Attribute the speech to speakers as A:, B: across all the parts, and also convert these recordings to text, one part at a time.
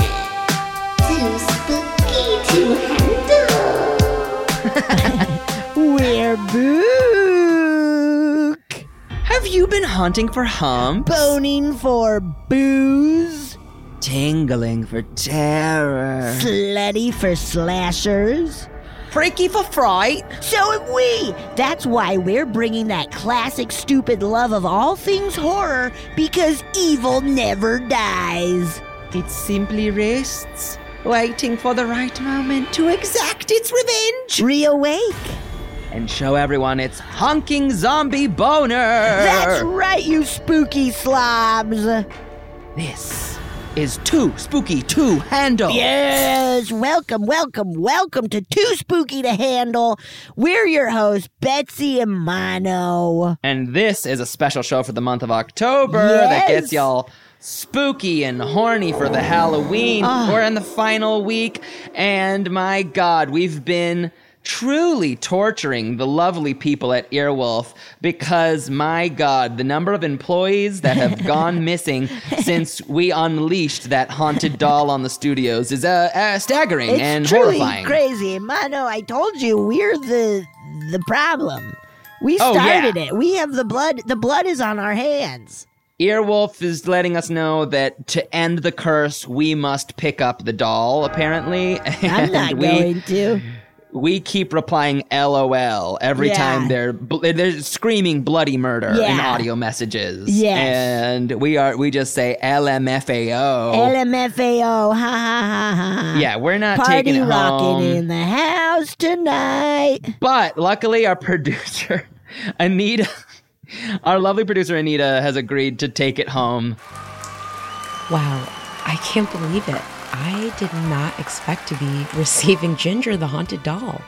A: Too spooky to handle.
B: We're Book.
C: Have you been hunting for humps?
B: Boning for booze.
C: Tingling for terror.
B: Slutty for slashers.
C: Freaky for fright.
B: So am we. That's why we're bringing that classic stupid love of all things horror because evil never dies.
C: It simply rests, waiting for the right moment to exact its revenge.
B: Reawake.
C: And show everyone its honking zombie boner.
B: That's right, you spooky slobs.
C: This is Too Spooky to Handle.
B: Yes, welcome, welcome, welcome to Too Spooky to Handle. We're your hosts, Betsy and Mono.
C: And this is a special show for the month of October that
B: Yes.
C: gets y'all spooky and horny for the Halloween.
B: Ah.
C: We're in the final week, and my God, we've been truly torturing the lovely people at Earwolf because my God, the number of employees that have gone missing since we unleashed that haunted doll on the studios is uh, uh, staggering
B: It's
C: and
B: truly
C: horrifying.
B: crazy. Mono, I told you we're the the problem. We
C: Oh, yeah.
B: started it. We have the blood. The blood is on our hands.
C: Earwolf is letting us know that to end the curse, we must pick up the doll, apparently.
B: I'm
C: and
B: not
C: we,
B: going to.
C: We keep replying LOL every
B: Yeah.
C: time they're bl- they're screaming bloody murder in
B: Yeah.
C: audio messages.
B: Yes.
C: And we are we just say LMFAO.
B: LMFAO. Ha ha ha ha.
C: yeah, we're not
B: Party
C: taking it home.
B: rocking in the house tonight.
C: But luckily, our producer, Anita, our lovely producer, Anita, has agreed to take it home.
D: Wow, I can't believe it. I did not expect to be receiving Ginger the Haunted Doll.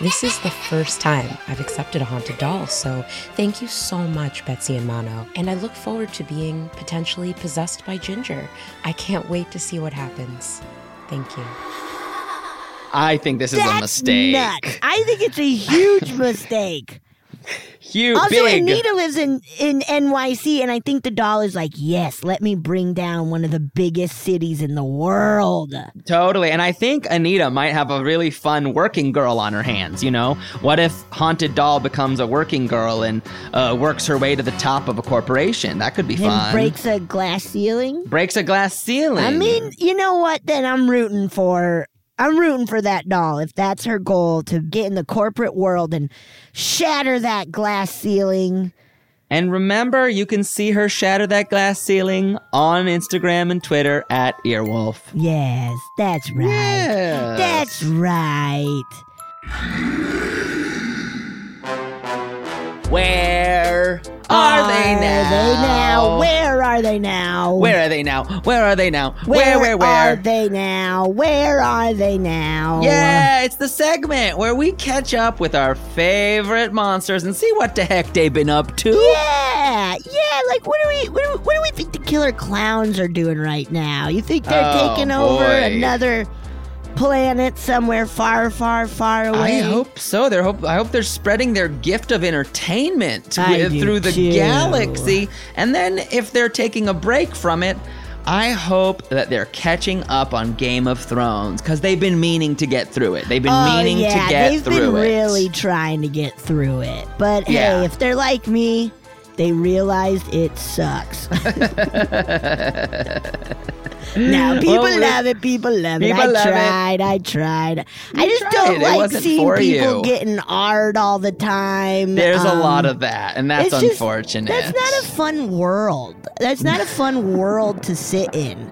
D: This is the first time I've accepted a haunted doll, so thank you so much, Betsy and Mono. And I look forward to being potentially possessed by Ginger. I can't wait to see what happens. Thank you.
C: I think this is a mistake.
B: Nuts. I think it's a huge mistake.
C: Huge,
B: also,
C: big.
B: Anita lives in, in NYC, and I think the doll is like, yes, let me bring down one of the biggest cities in the world.
C: Totally. And I think Anita might have a really fun working girl on her hands, you know? What if Haunted Doll becomes a working girl and uh, works her way to the top of a corporation? That could be fun.
B: And breaks a glass ceiling.
C: Breaks a glass ceiling.
B: I mean, you know what? Then I'm rooting for. I'm rooting for that doll if that's her goal to get in the corporate world and shatter that glass ceiling.
C: And remember, you can see her shatter that glass ceiling on Instagram and Twitter at Earwolf.
B: Yes, that's right.
C: Yes.
B: That's right.
C: Where are, they now?
B: they now? Where are they now?
C: Where are they now? Where are they now?
B: Where,
C: Where, where, where?
B: are they now? Where are they now?
C: Yeah, it's the segment where we catch up with our favorite monsters and see what the heck they've been up to.
B: Yeah, yeah. Like, what do we, what do we, what do we think the killer clowns are doing right now? You think they're
C: Oh,
B: taking over
C: boy.
B: another planet somewhere far, far, far
C: I
B: away?
C: hope so. They're hope, I hope they're spreading their gift of entertainment
B: I
C: wi-
B: do
C: through the
B: too.
C: galaxy. And then if they're taking a break from it, I hope that they're catching up on Game of Thrones because they've been meaning to get through it. They've been
B: Oh,
C: meaning
B: yeah,
C: to get
B: they've
C: through
B: been
C: it.
B: really trying to get through it. But
C: Yeah.
B: hey, if they're like me, they realized it sucks. no, people
C: we-
B: love it. People love it.
C: People
B: I
C: love it.
B: tried. I tried. I just
C: tried.
B: don't
C: It
B: like
C: wasn't
B: seeing
C: for
B: people
C: you.
B: getting art all the time.
C: There's a lot
B: Um,
C: of that, and that's
B: it's just-
C: unfortunate.
B: That's not a fun world. That's not a fun world to sit in.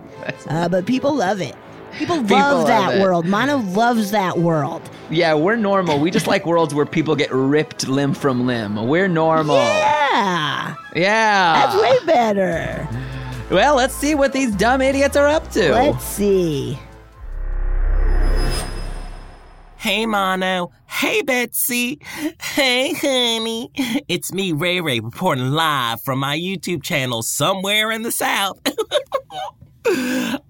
B: Uh, but people love it. People love
C: love
B: that
C: it.
B: world. Mono loves that world.
C: yeah, we're normal. We just like worlds where people get ripped limb from limb. We're normal. Yeah.
B: Yeah, that's
C: Ah.
B: way better.
C: well, let's see what these dumb idiots are up to.
B: Let's see.
E: Hey, Mono. Hey, Betsy. Hey, honey. It's me, Ray Ray, reporting live from my YouTube channel somewhere in the South.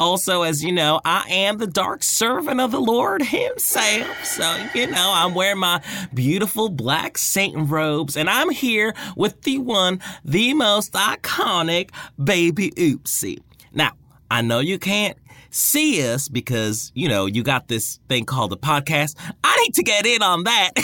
E: also, as you know, I am the dark servant of the Lord Himself. So, you know, I'm wearing my beautiful black Satan robes, and I'm here with the one, the most iconic Baby Oopsie. Now, I know you can't see us because, you know, you got this thing called a podcast. I need to get in on that.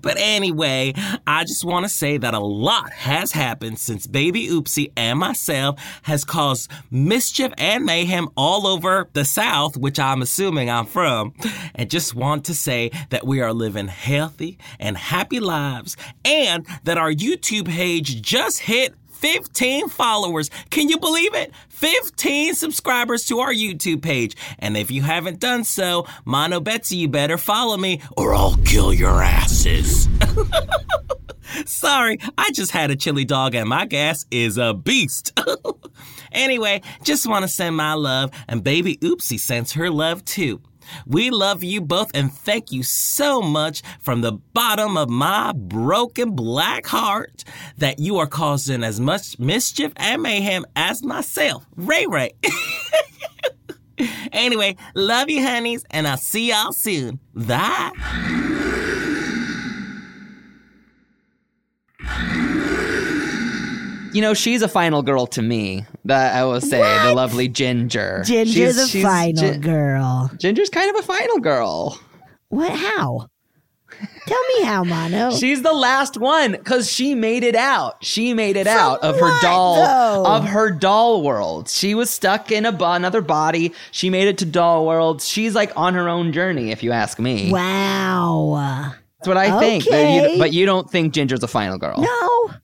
E: But anyway, I just want to say that a lot has happened since Baby Oopsie and myself has caused mischief and mayhem all over the South, which I'm assuming I'm from. And just want to say that we are living healthy and happy lives and that our YouTube page just hit 15 followers. Can you believe it? 15 subscribers to our YouTube page. And if you haven't done so, Mono Betsy, you better follow me or I'll kill your asses. Sorry, I just had a chili dog and my gas is a beast. anyway, just want to send my love and baby Oopsie sends her love too. We love you both and thank you so much from the bottom of my broken black heart that you are causing as much mischief and mayhem as myself, Ray Ray. anyway, love you, honeys, and I'll see y'all soon. Bye.
C: You know, she's a final girl to me. That I will say, the lovely Ginger.
B: Ginger
C: She's-
B: the
C: she's-
B: final
C: Gi-
B: girl.
C: Ginger's kind of a final girl.
B: What? How? Tell me how, Mono.
C: She's the last one because she made it out. She made it out of her
B: what,
C: doll
B: though?
C: of her doll world. She was stuck in a bo- another body. She made it to doll world. She's like on her own journey, if you ask me.
B: wow.
C: That's what I think. But you-
B: Okay.
C: but you don't think Ginger's a final girl.
B: No.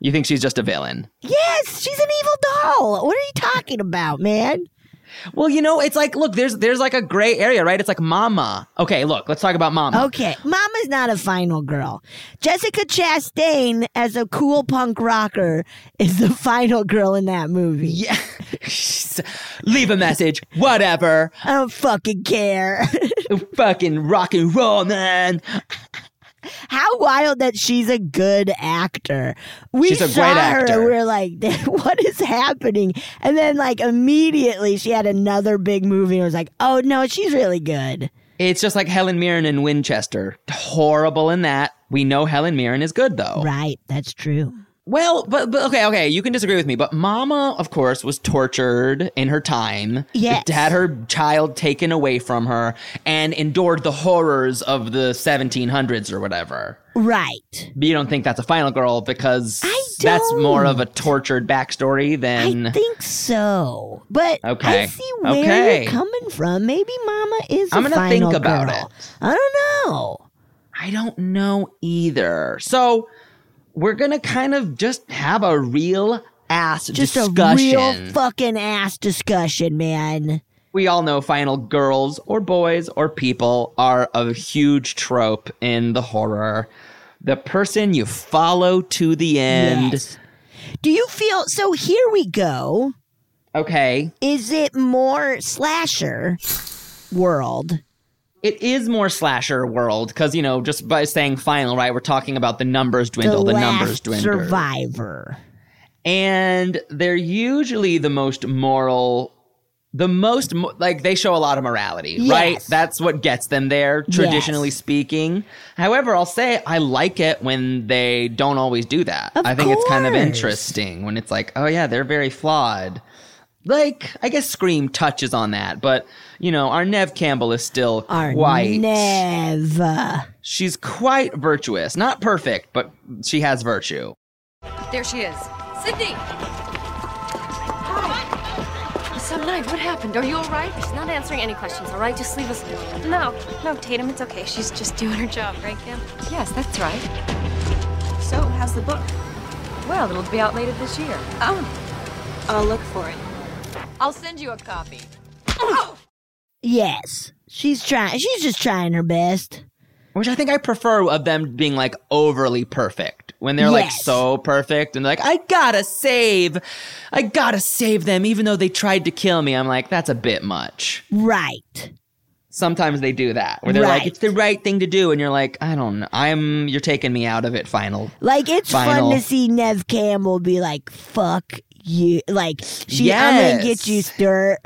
C: You think she's just a villain.
B: Yes, she's an evil doll. What are you talking about, man?
C: Well, you know, it's like look, there's there's like a gray area, right? It's like Mama. Okay, look, let's talk about Mama.
B: Okay, Mama's not a final girl. Jessica Chastain, as a cool punk rocker, is the final girl in that movie.
C: Yeah. Leave a message, whatever.
B: I don't fucking care.
C: Fucking rock and roll, man.
B: How wild that she's a good actor. We
C: She's a
B: saw
C: great
B: her
C: actor.
B: and we are like, what is happening? And then, like, immediately she had another big movie and was like, oh no, she's really good.
C: It's just like Helen Mirren in Winchester. Horrible in that. We know Helen Mirren is good though.
B: Right, that's true.
C: Well, but, but okay, okay, you can disagree with me, but Mama, of course, was tortured in her time.
B: Yes.
C: Had her child taken away from her and endured the horrors of the 1700s or whatever.
B: Right.
C: But you don't think that's a final girl because
B: I
C: that's more of a
B: don't.
C: tortured backstory than.
B: I think so. But I
C: Okay.
B: see where
C: Okay.
B: you're coming from. Maybe Mama is.
C: I'm
B: a
C: gonna think
B: final
C: about
B: girl.
C: it.
B: I don't know.
C: I don't know either. So we're gonna kind of just have a real ass
B: Just
C: discussion.
B: a real fucking ass discussion, man.
C: we all know final girls or boys or people are a huge trope in the horror. The person you follow to the end.
B: Yes. Do you feel so? Here we go.
C: Okay.
B: Is it more slasher world?
C: It is more slasher world because, you know, just by saying final, right, we're talking about the numbers dwindle, the,
B: last
C: numbers dwindle.
B: Survivor.
C: and they're usually the most moral the most mo- like they show a lot of morality, right?
B: Yes.
C: That's what gets them there, traditionally speaking. However, I'll say I like it when they don't always do that. I think it's kind of
B: course.
C: interesting when it's like, oh yeah, they're very flawed. Like I guess Scream touches on that, but you know, our Nev Campbell is still
B: Our
C: quite.
B: Nev.
C: She's quite virtuous, not perfect, but she has virtue.
F: There she is. Sydney! Some night, what happened? Are you all right?
G: She's not answering any questions, all right? Just leave us alone. No, no, Tatum, it's okay. She's just doing her job, right, Kim?
F: Yes, that's right.
H: So, how's the book?
F: Well, it'll be out later this year.
H: Oh, I'll look for it.
F: I'll send you a copy.
B: Yes. She's trying. She's just trying her best.
C: Which I think I prefer of them being like overly perfect. When they're like
B: Yes.
C: so perfect and they're like, I gotta save, I gotta save them, even though they tried to kill me. I'm like, that's a bit much.
B: Right.
C: Sometimes they do that where they're like,
B: Right.
C: it's the right thing to do. And you're like, I don't know. I'm, you're taking me out of it, final.
B: Like it's
C: Final.
B: fun to see Nev Campbell be like, "Fuck you!" Like she, I'm gonna
C: Yes.
B: get you, Sturt.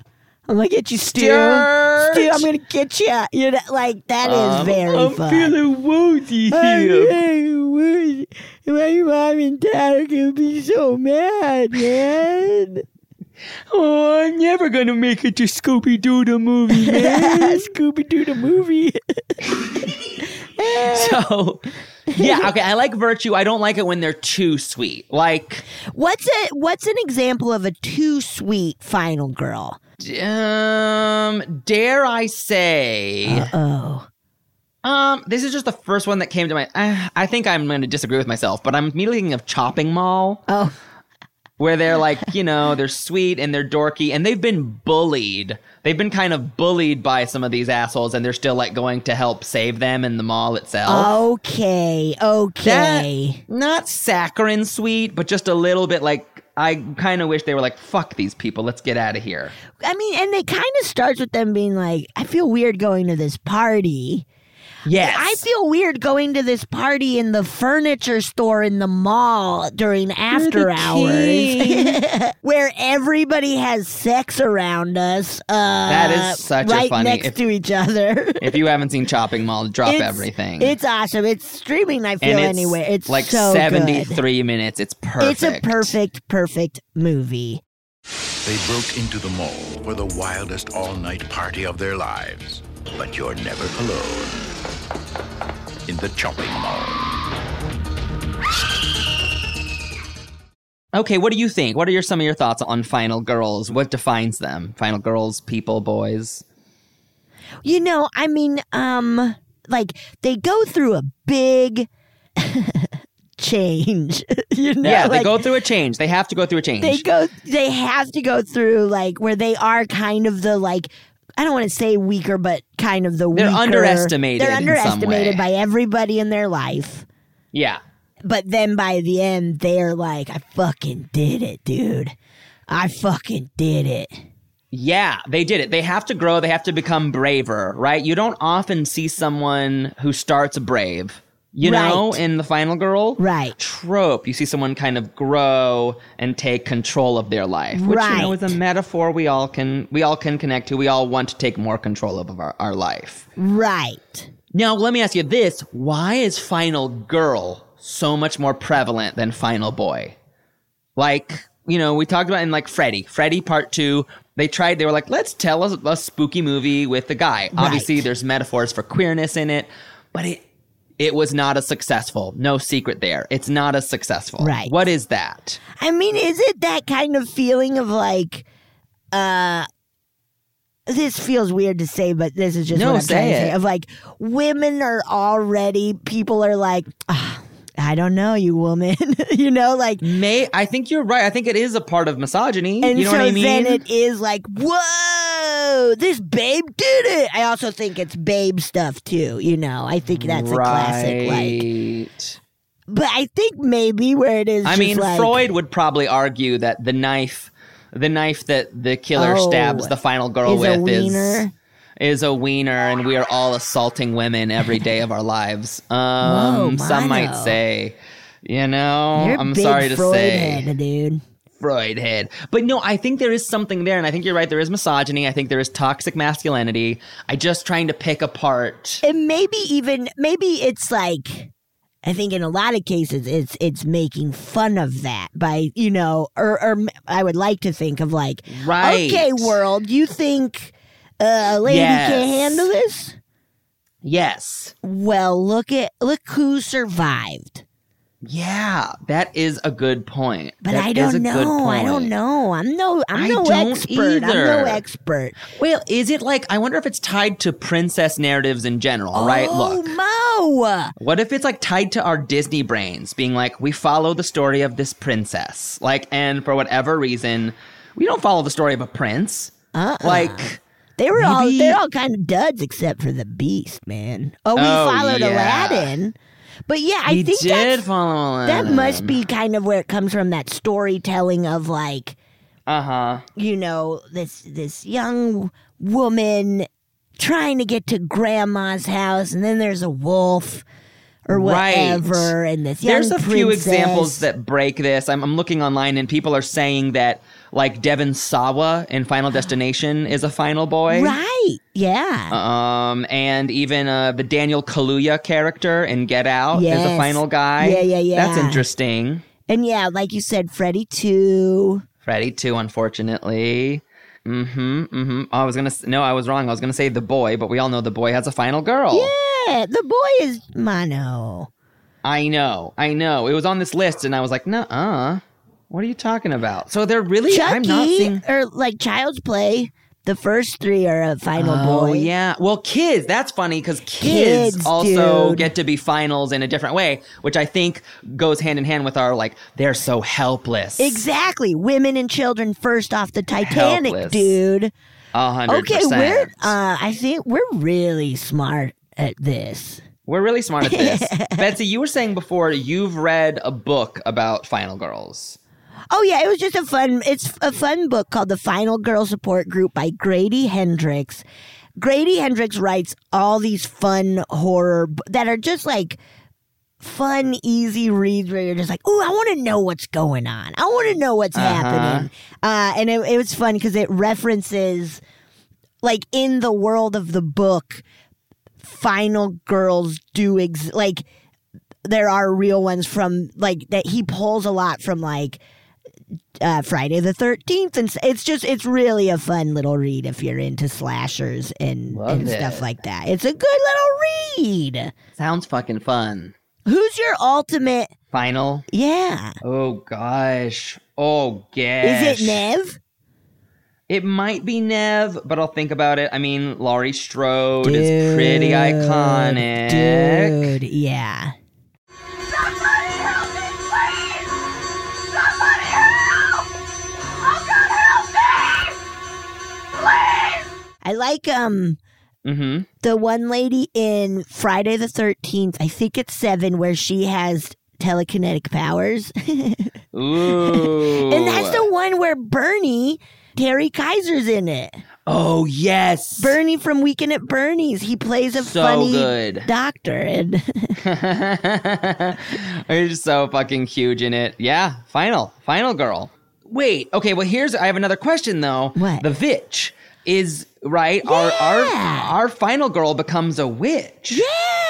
B: I'm gonna get you, Stu.
C: Sturt.
B: Stu, I'm gonna get you. You know, like that is
C: Um,
B: very
C: I'm
B: fun.
C: feeling woozy
B: I'm
C: here.
B: feeling woozy. My mom and dad are gonna be so mad, man.
C: Oh, I'm never gonna make it to Scooby Doo the movie,
B: Scooby Doo the movie.
C: so, yeah, okay. I like virtue. I don't like it when they're too sweet. Like,
B: What's a What's an example of a too sweet final girl?
C: Um, dare I say?
B: Oh,
C: Um, this is just the first one that came to my. I, I think I'm going to disagree with myself, but I'm immediately thinking of Chopping Mall,
B: oh,
C: where they're like, you know, they're sweet and they're dorky, and they've been bullied. They've been kind of bullied by some of these assholes, and they're still like going to help save them in the mall itself.
B: okay, okay.
C: Not saccharine sweet, but just a little bit like. I kind of wish they were like, fuck these people, let's get out of here.
B: I mean, and they kind of starts with them being like, "I feel weird going to this party."
C: Yes.
B: I feel weird going to this party in the furniture store in the mall during after hours, where everybody has sex around us. Uh, that
C: is such a
B: right
C: funny-
B: next
C: if-
B: to each other.
C: if you haven't seen Chopping Mall, drop
B: It's-
C: everything.
B: It's awesome. It's streaming. I feel
C: and it's
B: anyway. It's
C: like
B: so
C: 73 minutes. It's
B: Good.
C: perfect.
B: It's a perfect, perfect movie.
I: They broke into the mall for the wildest all night party of their lives. But you're never alone in the chopping mall.
C: Okay, what do you think? What are your some of your thoughts on Final Girls? What defines them? Final Girls, people, boys.
B: You know, I mean, um, like they go through a big change. you know,
C: yeah, they
B: like,
C: go through a change. They have to go through a change.
B: They go. They have to go through like where they are kind of the like. I don't want to say weaker, but kind of the
C: They're
B: weaker.
C: underestimated
B: They're
C: in some
B: underestimated
C: way.
B: by everybody in their life.
C: yeah.
B: But then by the end, they're like, I fucking did it, dude. I fucking did it.
C: Yeah, they did it. They have to grow. They have to become braver, right? You don't often see someone who starts brave, you know,
B: Right.
C: in the Final Girl
B: Right.
C: trope. You see someone kind of grow and take control of their life, which you know is
B: Right.
C: a metaphor we all can we all can connect to. We all want to take more control of our, our life.
B: Right.
C: Now, let me ask you this: Why is Final Girl so much more prevalent than Final Boy? Like, you know, we talked about in like Freddy, Freddy Part Two. They tried. They were like, let's tell a, a spooky movie with the guy. Obviously, there's metaphors for queerness in it, but it it was not as successful. No secret there. It's not as successful.
B: Right.
C: What is that?
B: I mean, is it that kind of feeling of like, uh, this feels weird to say, but this is just
C: No,
B: what I'm
C: say
B: trying to say.
C: it.
B: Of like, women are already, people are like, "Ah, I don't know, you woman. you know, like,
C: May I think you're right. I think it is a part of misogyny.
B: and
C: Mm, you know
B: so
C: what I mean?
B: then it is like, whoa, this babe did it. I also think it's babe stuff too. You know, I think that's a classic. Like,
C: Right.
B: but I think maybe where it is.
C: I
B: just
C: mean,
B: like,
C: Freud would probably argue that the knife, the knife that the killer
B: Oh,
C: stabs the final girl
B: is a
C: with, is
B: wiener.
C: is a wiener, and we are all assaulting women every day of our lives. Um,
B: Whoa,
C: some might
B: Milo.
C: say, you know,
B: You're
C: I'm
B: big
C: sorry to
B: Freud
C: say,
B: head, dude.
C: Freud head. But no, I think there is something there, and I think you're right. There is misogyny. I think there is toxic masculinity. I just trying to pick apart.
B: And maybe even maybe it's like I think in a lot of cases it's it's making fun of that by you know or or I would like to think of like
C: Right.
B: okay world you think uh, a lady can't
C: Yes.
B: handle this
C: Yes.
B: well look at look who survived
C: Yeah, that is a good point.
B: but
C: That
B: I
C: is a
B: don't
C: good
B: know I
C: point.
B: don't know I'm no I'm
C: I
B: no
C: don't
B: expert I'm no
C: either.
B: expert
C: Well, is it like I wonder if it's tied to princess narratives in general, right? Look.
B: oh
C: What if it's like tied to our Disney brains, being like, we follow the story of this princess, like, and for whatever reason, we don't follow the story of a prince.
B: Uh-uh.
C: Like,
B: they were all
C: Maybe-
B: they're all kind of duds except for the beast man oh we
C: Oh,
B: followed
C: yeah.
B: Aladdin but yeah I
C: we
B: think that's
C: did follow
B: That must be kind of where it comes from that storytelling of like,
C: Uh huh.
B: you know, this this young woman trying to get to grandma's house and then there's a wolf or
C: Right.
B: whatever and this young
C: There's a few
B: princess.
C: examples that break this. I'm, I'm looking online, and people are saying that like Devon Sawa in Final Destination is a final boy.
B: Right. Yeah.
C: Um, and even uh, the Daniel Kaluuya character in Get Out is
B: Yes.
C: a final guy.
B: Yeah, yeah,
C: That's
B: yeah.
C: interesting.
B: and yeah, like you said, Freddy too.
C: Freddy too, unfortunately. Mm-hmm. Mm-hmm. I was gonna s- no, I was wrong. I was gonna say the boy, but we all know the boy has a final girl.
B: Yeah, the boy is mono.
C: I know, I know. It was on this list, and I was like, nuh-uh. What are you talking about? So they're really I'm not
B: Chucky
C: seeing
B: or like Child's Play. The first three are a final
C: Oh
B: boy.
C: yeah. Well, kids. That's funny because kids,
B: Kids,
C: also
B: dude.
C: get to be finals in a different way, which I think goes hand in hand with our like they're so helpless.
B: Exactly. Women and children first off the Titanic,
C: Helpless.
B: dude.
C: A hundred
B: Okay,
C: percent.
B: we're uh I think we're really smart at this.
C: We're really smart at this. Betsy, you were saying before you've read a book about final girls.
B: Oh yeah, it was just a fun it's a fun book called The Final Girl Support Group by Grady Hendrix. Grady Hendrix writes all these fun horror b- that are just like fun, easy reads where you're just like, "Ooh, I want to know what's going on. I want to know what's
C: Uh-huh.
B: happening." Uh, and it, it was fun because it references, like, in the world of the book, final girls do ex- like there are real ones from like that he pulls a lot from like uh, Friday the Thirteenth, and s- it's just it's really a fun little read if you're into slashers and,
C: Love
B: and stuff
C: it.
B: like that. It's a good little read.
C: Sounds fucking fun.
B: Who's your ultimate?
C: Final.
B: Yeah.
C: Oh gosh. Oh gosh.
B: Is it Nev?
C: It might be Nev, but I'll think about it. I mean, Laurie Strode is pretty iconic.
B: Dude, yeah. I like um
C: Mm-hmm.
B: the one lady in Friday the 13th, I think it's 7 where she has telekinetic powers.
C: Ooh.
B: and that's the one where Bernie Terry Kaiser's in it.
C: Oh yes.
B: Bernie from Weekend at Bernie's. He plays a
C: So
B: funny
C: good.
B: doctor and
C: He's so fucking huge in it. Yeah. Final. Final girl. Wait. Okay. Well, here's. I have another question though.
B: What?
C: The witch is right. Our our
B: Yeah.
C: our final girl becomes a witch.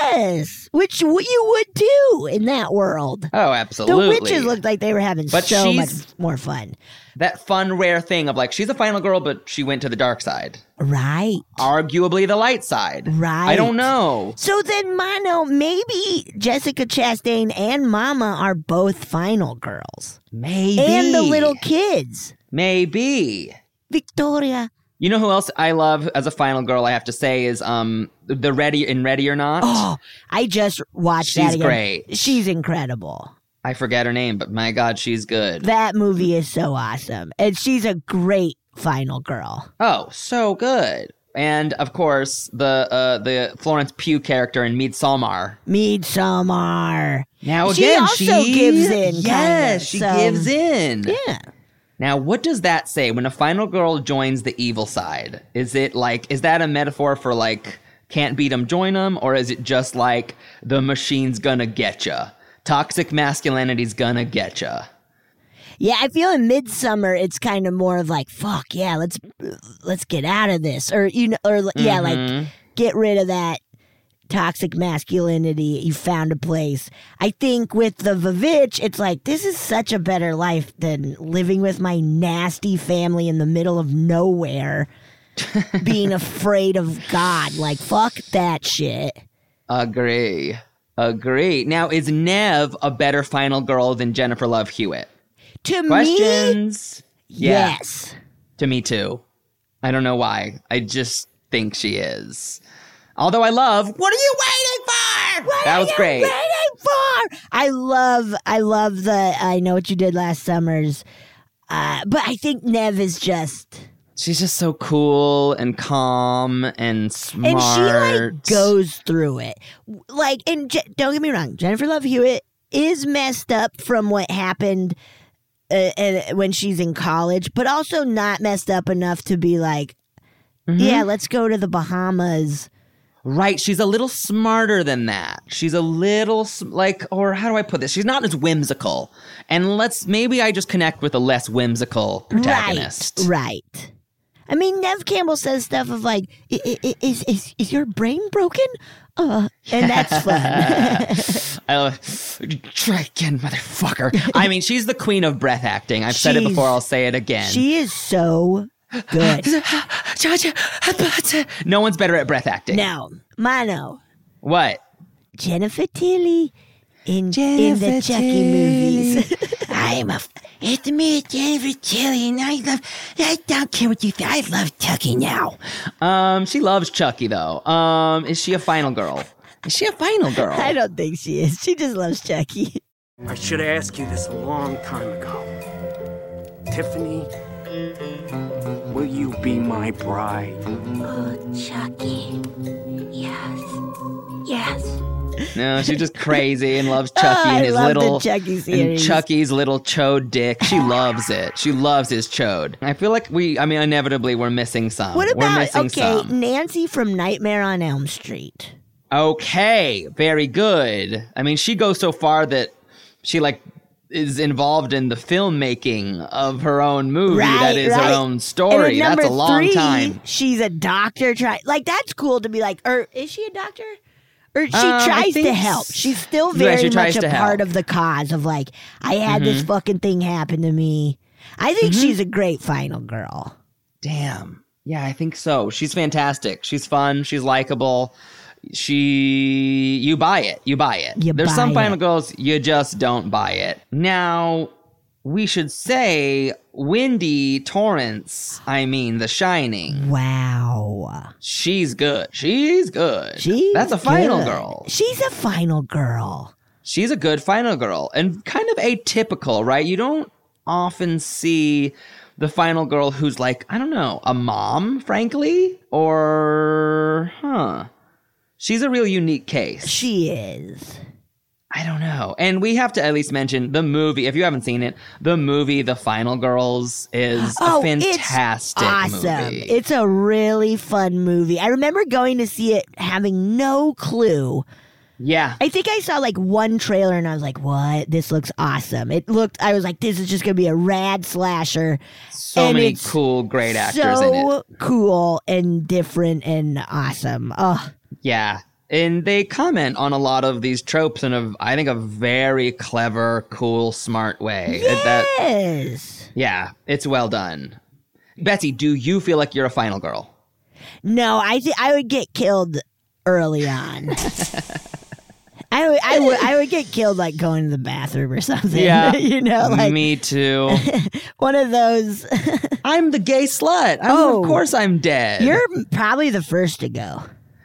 B: yes, which w- you would do in that world.
C: Oh, absolutely.
B: The witches looked like they were having
C: But
B: so much
C: she's-
B: more fun.
C: that fun rare thing of like she's a final girl, but she went to the dark side.
B: Right.
C: arguably the light side.
B: Right.
C: I don't know.
B: So then, Mono, maybe Jessica Chastain and Mama are both final girls.
C: Maybe.
B: And the little kids.
C: Maybe.
B: Victoria.
C: You know who else I love as a final girl? I have to say is um the ready in Ready or Not.
B: Oh, I just watched
C: She's
B: that again.
C: great.
B: She's incredible.
C: I forget her name, but my God, she's good.
B: That movie is so awesome. And she's a great final girl.
C: oh, so good. And of course, the uh, the Florence Pugh character in Midsommar.
B: Midsommar.
C: Now
B: She
C: again,
B: also
C: she
B: gives in,
C: Yes,
B: kinda,
C: she
B: so-
C: gives in.
B: Yeah.
C: Now, what does that say when a final girl joins the evil side? Is it like, is that a metaphor for like, can't beat 'em, join 'em, Or is it just like, the machine's gonna get ya? Toxic masculinity's gonna get ya.
B: Yeah, I feel in midsummer it's kind of more of like, fuck yeah, let's let's get out of this, or you know, or yeah, like
C: Mhm.
B: get rid of that toxic masculinity. You found a place. I think with the Vavitch, it's like this is such a better life than living with my nasty family in the middle of nowhere, being afraid of God. Like fuck that shit.
C: Agree. Agree. Now, is Nev a better final girl than Jennifer Love Hewitt?
B: To
C: Questions?
B: me,
C: Yeah.
B: yes.
C: To me, too. I don't know why. I just think she is. Although I love, what are you waiting for? that was great.
B: waiting for? I love, I love the I know what you did last summer's, uh, but I think Nev is just
C: She's just so cool and calm and smart.
B: and she like goes through it, like and Je- don't get me wrong, Jennifer Love Hewitt is messed up from what happened. Uh, uh, when she's in college, but also not messed up enough to be like,
C: Mm-hmm.
B: yeah, let's go to the Bahamas.
C: Right. She's a little smarter than that. She's a little, s- like, or how do I put this? She's not as whimsical. And let's, maybe I just connect with a less whimsical protagonist.
B: Right, right. I mean, Nev Campbell says stuff of like, "I- I- I- "Is is is your brain broken?" Uh, and that's fun.
C: I love, Oh, try again, motherfucker. I mean, she's the queen of breath acting. I've said it
B: She's-
C: before. I'll say it again.
B: she is so good.
C: no one's better at breath acting.
B: now, Mono,
C: What?
B: Jennifer Tilly in in the Chucky movies. I'm a. F-
J: It's me, Jennifer Tilly, and I love. I don't care what you think. I love Tucky now.
C: Um, she loves Chucky though. Um, is she a final girl? Is she a final girl?
B: I don't think she is. She just loves Chucky.
K: I should have asked you this a long time ago. Tiffany, will you be my bride?
A: Oh, Chucky. Yes. Yes.
C: No, she's just crazy and
B: Ah,
C: loves Chucky
A: Oh,
C: and
A: I
C: his
A: love the
C: little
A: Chucky
C: and
A: series.
C: Chucky's little chode dick. She loves it. She loves his chode. I feel like we. I mean, inevitably, we're missing some.
B: what
C: we're
B: about
C: missing
B: okay
C: some.
B: Nancy from Nightmare on Elm Street?
C: Okay, very good. I mean, she goes so far that she like is involved in the filmmaking of her own movie that is her own
B: And
C: story.
B: at
C: That's
B: number
C: a long
B: three,
C: time.
B: She's a doctor. Try like that's cool to be like, or is she a doctor? Or she
C: Um, I
B: tries to
C: think
B: help.
C: s-
B: She's still
C: Yeah,
B: very
C: she
B: much
C: tries
B: a
C: to
B: part
C: help.
B: of the cause of like, I had this
C: Mhm.
B: fucking thing happen to me. I think
C: Mhm.
B: she's a great final girl.
C: Damn. Yeah, I think so. She's fantastic. She's fun. She's likable. She, you buy it. You buy it.
B: You
C: There's
B: buy
C: some final
B: it.
C: girls you just don't buy it. Now, we should say Wendy Torrance. I mean, The Shining.
B: Wow.
C: She's good. She's good.
B: She's
C: That's a final
B: good.
C: girl.
B: She's a final girl.
C: She's a good final girl and kind of atypical, right? You don't often see the final girl who's like, I don't know, a mom, frankly, or huh. She's a real unique case.
B: She is.
C: I don't know. And we have to at least mention the movie. If you haven't seen it, the movie The Final Girls is
B: Oh,
C: a
B: it's
C: fantastic
B: Awesome.
C: movie.
B: It's a really fun movie. I remember going to see it having no clue
C: Yeah.
B: I think I saw like one trailer and I was like, "What? This looks awesome!" It looked. I was like, "This is just gonna be a rad slasher."
C: So
B: and
C: many
B: it's
C: cool, great actors
B: so
C: in it.
B: cool and different and awesome. Oh,
C: Yeah. And they comment on a lot of these tropes in a, I think, a very clever, cool, smart way. It- that-
B: yes.
C: yeah, it's well done. Betsy, do you feel like you're a final girl?
B: No, I think I would get killed early on. I would, I would, I would get killed like going to the bathroom or something. you know, like
C: me too.
B: one of those.
C: I'm the gay slut. I'm,
B: oh,
C: of course, I'm dead.
B: You're probably the first to go.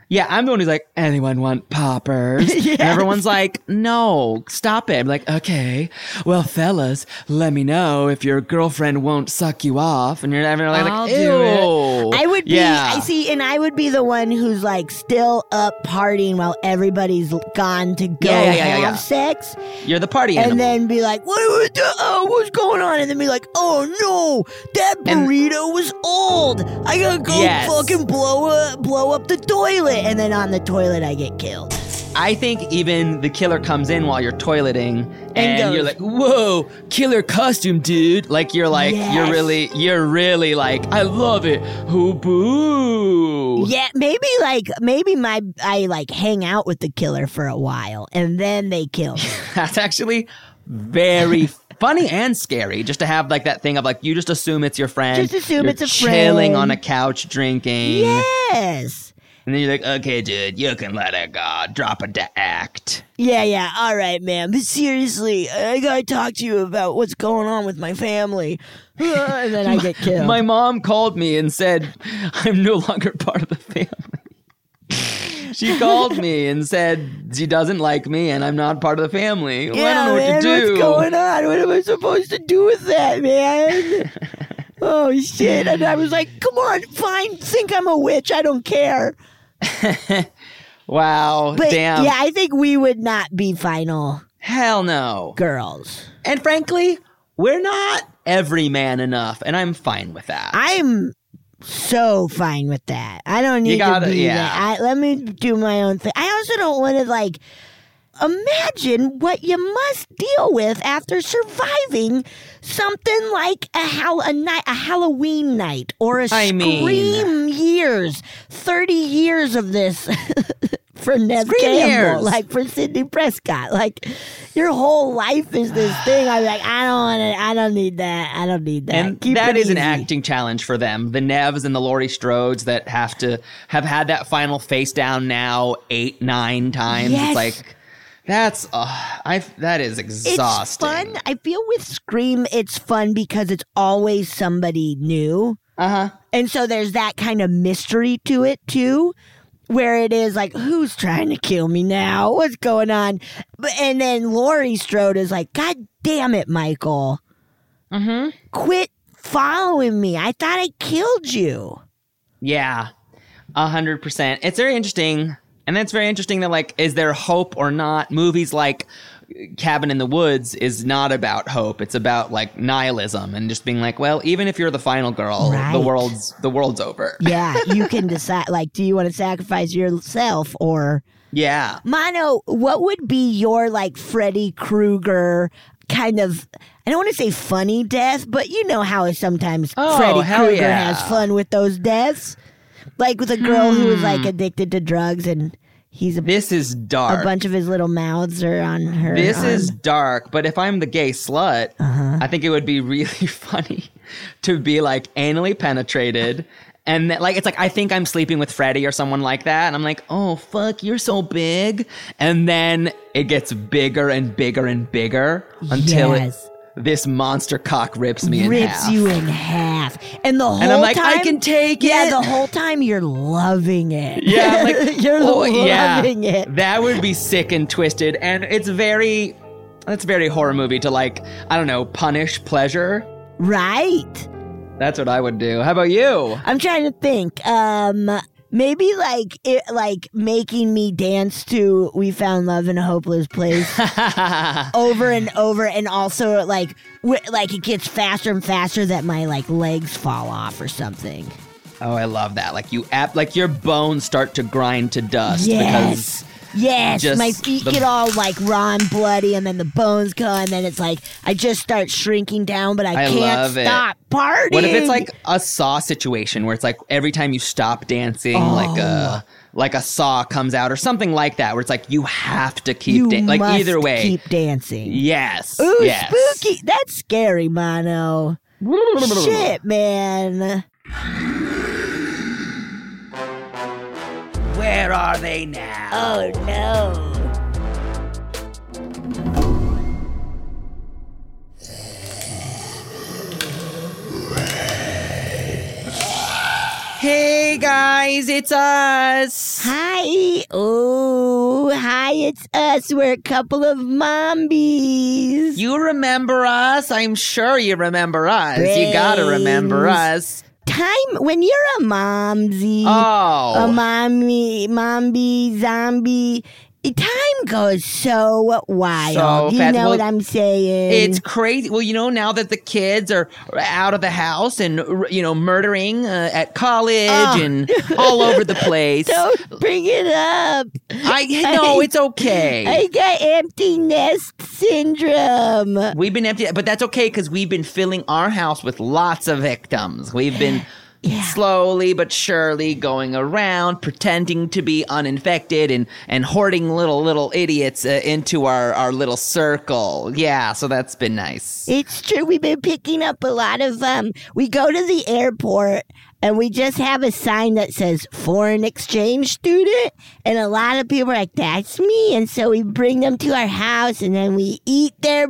C: yeah, I'm the one who's like, anyone want poppers?
B: Yes.
C: And everyone's like, no, stop it. I'm like, okay, well, fellas, let me know if your girlfriend won't suck you off. And you're everyone like,
B: I'll
C: ew.
B: do I would be,
C: Yeah.
B: I see, and I would be the one who's like still up partying while everybody's gone to go
C: Yeah, yeah, yeah,
B: have
C: yeah.
B: sex,
C: You're the party
B: and
C: animal.
B: then be like, "What? was the- oh, what's going on?" And then be like, "Oh no, that burrito was old. I gotta go
C: Yes.
B: fucking blow up, blow up the toilet." And then on the toilet, I get killed.
C: I think even the killer comes in while you're toileting and,
L: goes-
C: you're like, whoa, killer costume, dude. Like you're like, you're
B: Yes.
C: really, you're really like, I love it. Hoo boo.
B: Yeah, maybe like maybe my I like hang out with the killer for a while and then they kill. me.
C: That's actually very funny and scary just to have like that thing of like, you just assume it's your friend.
B: Just assume
C: You're
B: it's a
C: Chilling on
B: friend.
C: a couch drinking.
B: Yes.
C: And then you're like, okay, dude, you can let it go. Drop it to act.
B: Yeah, yeah. All right, ma'am. But seriously, I gotta talk to you about what's going on with my family. and then I get killed.
C: My mom called me and said, I'm no longer part of the family. she called me and said she doesn't like me and I'm not part of the family. Well, I don't know what
B: man,
C: to do.
B: What's going on? What am I supposed to do with that, man? oh shit! And I was like, "Come on, fine. Think I'm a witch. I don't care."
C: Wow.
B: But
C: damn.
B: yeah, I think we would not be final.
C: Hell no.
B: Girls.
C: And frankly, we're not every man enough, and I'm fine with that.
B: I'm so fine with that. I don't
C: You
B: need
C: gotta-
B: to be
C: yeah.
B: that. I, let me do my own thing. I also don't want to like imagine what you must deal with after surviving something like a hal- a night a Halloween night or a
C: I mean-
B: scream years, thirty years of this. For Nev
C: Scream
B: Campbell,
C: years.
B: like for Sidney Prescott, like your whole life is this thing. I'm like, I don't want to, I don't need that. I don't need that.
C: and
B: Keep
C: that
B: it
C: is an
B: easy.
C: acting challenge for them. The Nevs and the Lori Strodes that have to have had that final face down now eight, nine times.
B: Yes.
C: It's like that's uh, I that is exhausting.
B: It's fun. I feel with Scream, it's fun because it's always somebody new.
C: Uh huh.
B: And so there's that kind of mystery to it too, where it is like, who's trying to kill me now? What's going on? But and then Laurie Strode is like, God damn it, Michael,
C: Mm-hmm.
B: quit following me. I thought I killed you.
C: Yeah, a hundred percent. It's very interesting, and that's very interesting. That like, is there hope or not? Movies like Cabin in the Woods is not about hope. It's about like nihilism and just being like, well, even if you're the final girl,
B: Right.
C: the world's the world's over.
B: Yeah, you can decide. Like, do you want to sacrifice yourself or?
C: Yeah.
B: Mono, what would be your like Freddy Krueger kind of? I don't want to say funny death, but you know how sometimes
C: Oh,
B: Freddy
C: hell
B: Krueger
C: yeah.
B: has fun with those deaths, like with a girl who was like addicted to drugs and he's a,
C: Hmm. This is dark.
B: a bunch of his little mouths are on her.
C: This
B: arm.
C: is dark, but if I'm the gay slut,
B: Uh-huh.
C: I think it would be really funny to be like anally penetrated. And that, like, it's like, I think I'm sleeping with Freddie or someone like that. And I'm like, oh, fuck, you're so big. And then it gets bigger and bigger and bigger until it-
B: Yes.
C: this monster cock rips me in
B: rips
C: half.
B: you in half, and the whole
C: And I'm like, I
B: time-
C: can take
B: Yeah,
C: it.
B: the whole time you're loving it.
C: Yeah, I'm like
B: you're
C: oh, yeah,
B: loving it.
C: That would be sick and twisted, and it's very, that's very horror movie to like, I don't know, punish pleasure.
B: Right.
C: That's what I would do. How about you?
B: I'm trying to think. Um, maybe like it, like making me dance to "We Found Love in a Hopeless Place" over and over, and also like w- like it gets faster and faster that my like legs fall off or something.
C: Oh, I love that. Like you, app, like your bones start to grind to dust
B: Yes. Yes,
C: Just
B: my feet
C: the-
B: get all like raw and bloody, and then the bones go, and then it's like I just start shrinking down, but I,
C: I
B: can't
C: love it.
B: stop partying.
C: because what if it's like a saw situation where it's like every time you stop dancing, like a
B: Oh.
C: like a saw comes out or something like that, where it's like you have to keep
B: you
C: dan- like
B: must
C: either way.
B: keep dancing?
C: yes.
B: Ooh,
C: yes.
B: spooky. That's scary, Mono. Shit, man.
C: Where are they now?
B: Oh, no.
C: Hey guys, it's us.
B: Hi. Oh, hi. It's us. We're a couple of mombies.
C: You remember us? I'm sure you remember us. You gotta remember us.
B: Time when you're a momsy,
C: Oh.
B: Um, a mommy, momby, zombie. Time goes so wild.
C: So
B: you
C: fast.
B: know
C: Well,
B: what I'm saying?
C: It's crazy. Well, you know, now that the kids are out of the house and r- you know murdering uh, at college
B: Oh.
C: and all over the place.
B: Don't bring it up.
C: I no, it's okay.
B: I got empty nest syndrome.
C: We've been empty, but that's okay because we've been filling our house with lots of victims. We've been slowly but surely going around pretending to be uninfected and and hoarding little little idiots uh, into our our little circle. Yeah, so that's been nice.
B: It's true. We've been picking up a lot of um. We go to the airport and we just have a sign that says foreign exchange student, and a lot of people are like, "That's me," and so we bring them to our house and then we eat their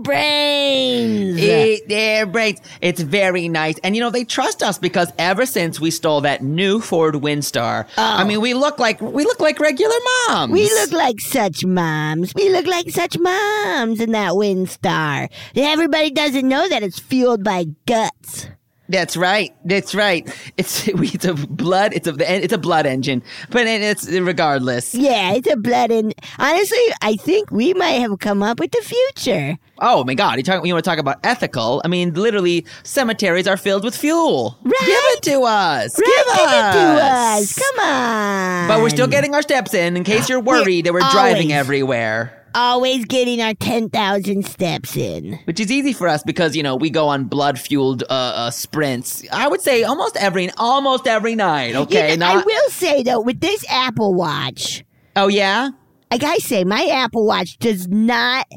B: brains.
C: Eat their brains. It's very nice. And you know, they trust us because ever since we stole that new Ford Windstar, I mean we look like we look like regular moms.
B: Oh. We look like such moms. We look like such moms in that Windstar. Everybody doesn't know that it's fueled by guts.
C: That's right. That's right. It's it's a blood. It's a it's a blood engine. But it- it's regardless.
B: Yeah, it's a blood and honestly, I think we might have come up with the future.
C: Oh my God! You talk. You want to talk about ethical? I mean, literally, cemeteries are filled with fuel.
B: Right? Give
C: it to us.
B: Right?
C: Give
B: Give it
C: us.
B: to us. Come on.
C: But we're still getting our steps in. In case you're worried that we're driving
B: always-
C: everywhere,
B: always getting our 10,000 steps in.
C: which is easy for us because you know we go on blood fueled uh, uh, sprints. I would say almost every almost every night.
B: You
C: Okay,
B: know, I
C: not
B: will say though, with this Apple Watch.
C: Oh yeah.
B: Like I say, my Apple Watch does not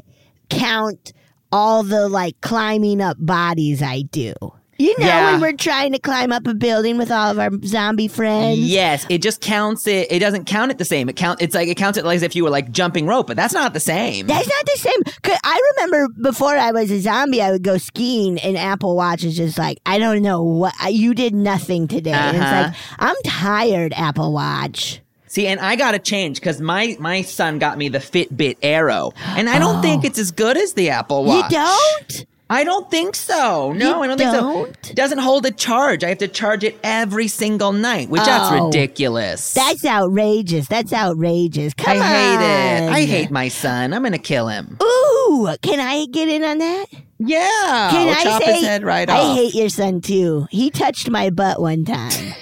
B: count all the like climbing up bodies I do. You know
C: Yeah.
B: when we're trying to climb up a building with all of our zombie friends.
C: Yes, it just counts it. It doesn't count it the same. It count. It's like it counts it like as if you were like jumping rope, but that's not the same.
B: That's not the same. 'Cause I remember before I was a zombie, I would go skiing, and Apple Watch is just like, I don't know what I- you did nothing today. And it's
C: Uh-huh.
B: like I'm tired, Apple Watch.
C: See, and I gotta change because my my son got me the Fitbit Arrow, and I don't think it's as good as the Apple Watch.
B: You don't?
C: I don't think so. No,
B: You
C: I don't, think so. Doesn't hold a charge. I have to charge it every single night, which that's
B: Oh.
C: ridiculous.
B: That's outrageous. That's outrageous.
C: I
B: Come
C: hate it.
B: on.
C: I hate my son. I'm gonna kill him.
B: Ooh, can I get in on that?
C: Yeah.
B: Can
C: I'll Oh,
B: I
C: chop
B: say
C: his head right
B: I
C: off.
B: hate your son too. He touched my butt one time.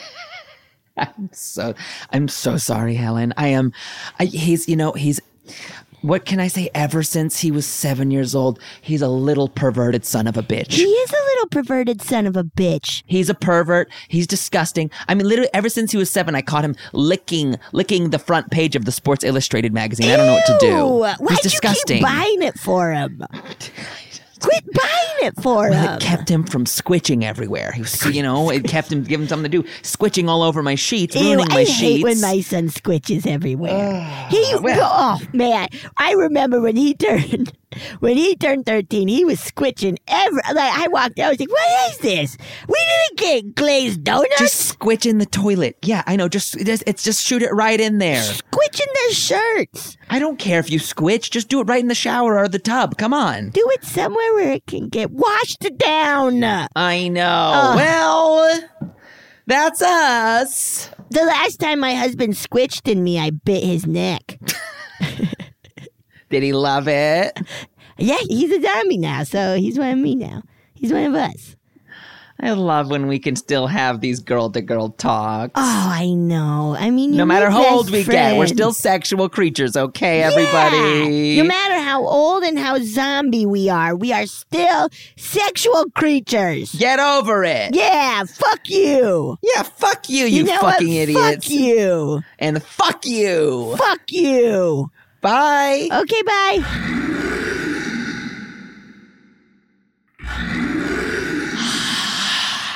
C: so I'm so sorry, Helen. I am. I, he's you know he's. What can I say? Ever since he was seven years old, he's a little perverted son of a bitch.
B: he is a little perverted son of a bitch.
C: He's a pervert. He's disgusting. I mean, literally, ever since he was seven, I caught him licking, licking the front page of the Sports Illustrated magazine. I don't know what to
B: Ew.
C: do.
B: Why'd
C: He's disgusting.
B: you keep buying it for him? Quit buying it for
C: Well,
B: him.
C: it kept him from squitching everywhere. He was, you know, it kept him, give him something to do. Squitching all over my sheets,
B: Ew,
C: ruining my
B: I
C: sheets.
B: hate when my son squitches everywhere. he, oh man, I remember when he turned, when he turned thirteen, he was squitching every. Like I walked, I was like, "What is this? We didn't get glazed donuts."
C: just squitch in the toilet. Yeah, I know. Just it is- it's just shoot it right in there.
B: Squitching their shirts.
C: I don't care if you squitch. Just do it right in the shower or the tub. Come on.
B: Do it somewhere where it can get washed down.
C: I know.
B: Ugh.
C: Well, that's us.
B: The last time my husband squitched in me, I bit his neck.
C: Did he love it?
B: Yeah, he's a zombie now, so he's one of me now. He's one of us.
C: I love when we can still have these girl to girl talks.
B: Oh, I know. I mean,
C: no
B: you're
C: matter
B: my
C: how
B: best
C: old we get, we're
B: friend.
C: still sexual creatures, okay, everybody?
B: No matter how old and how zombie we are, we are still sexual creatures.
C: Get over it.
B: Yeah, fuck you.
C: Yeah, fuck you, you,
B: You know what?
C: fucking idiots.
B: Fuck you.
C: And fuck you.
B: Fuck you.
C: Bye.
B: Okay, bye.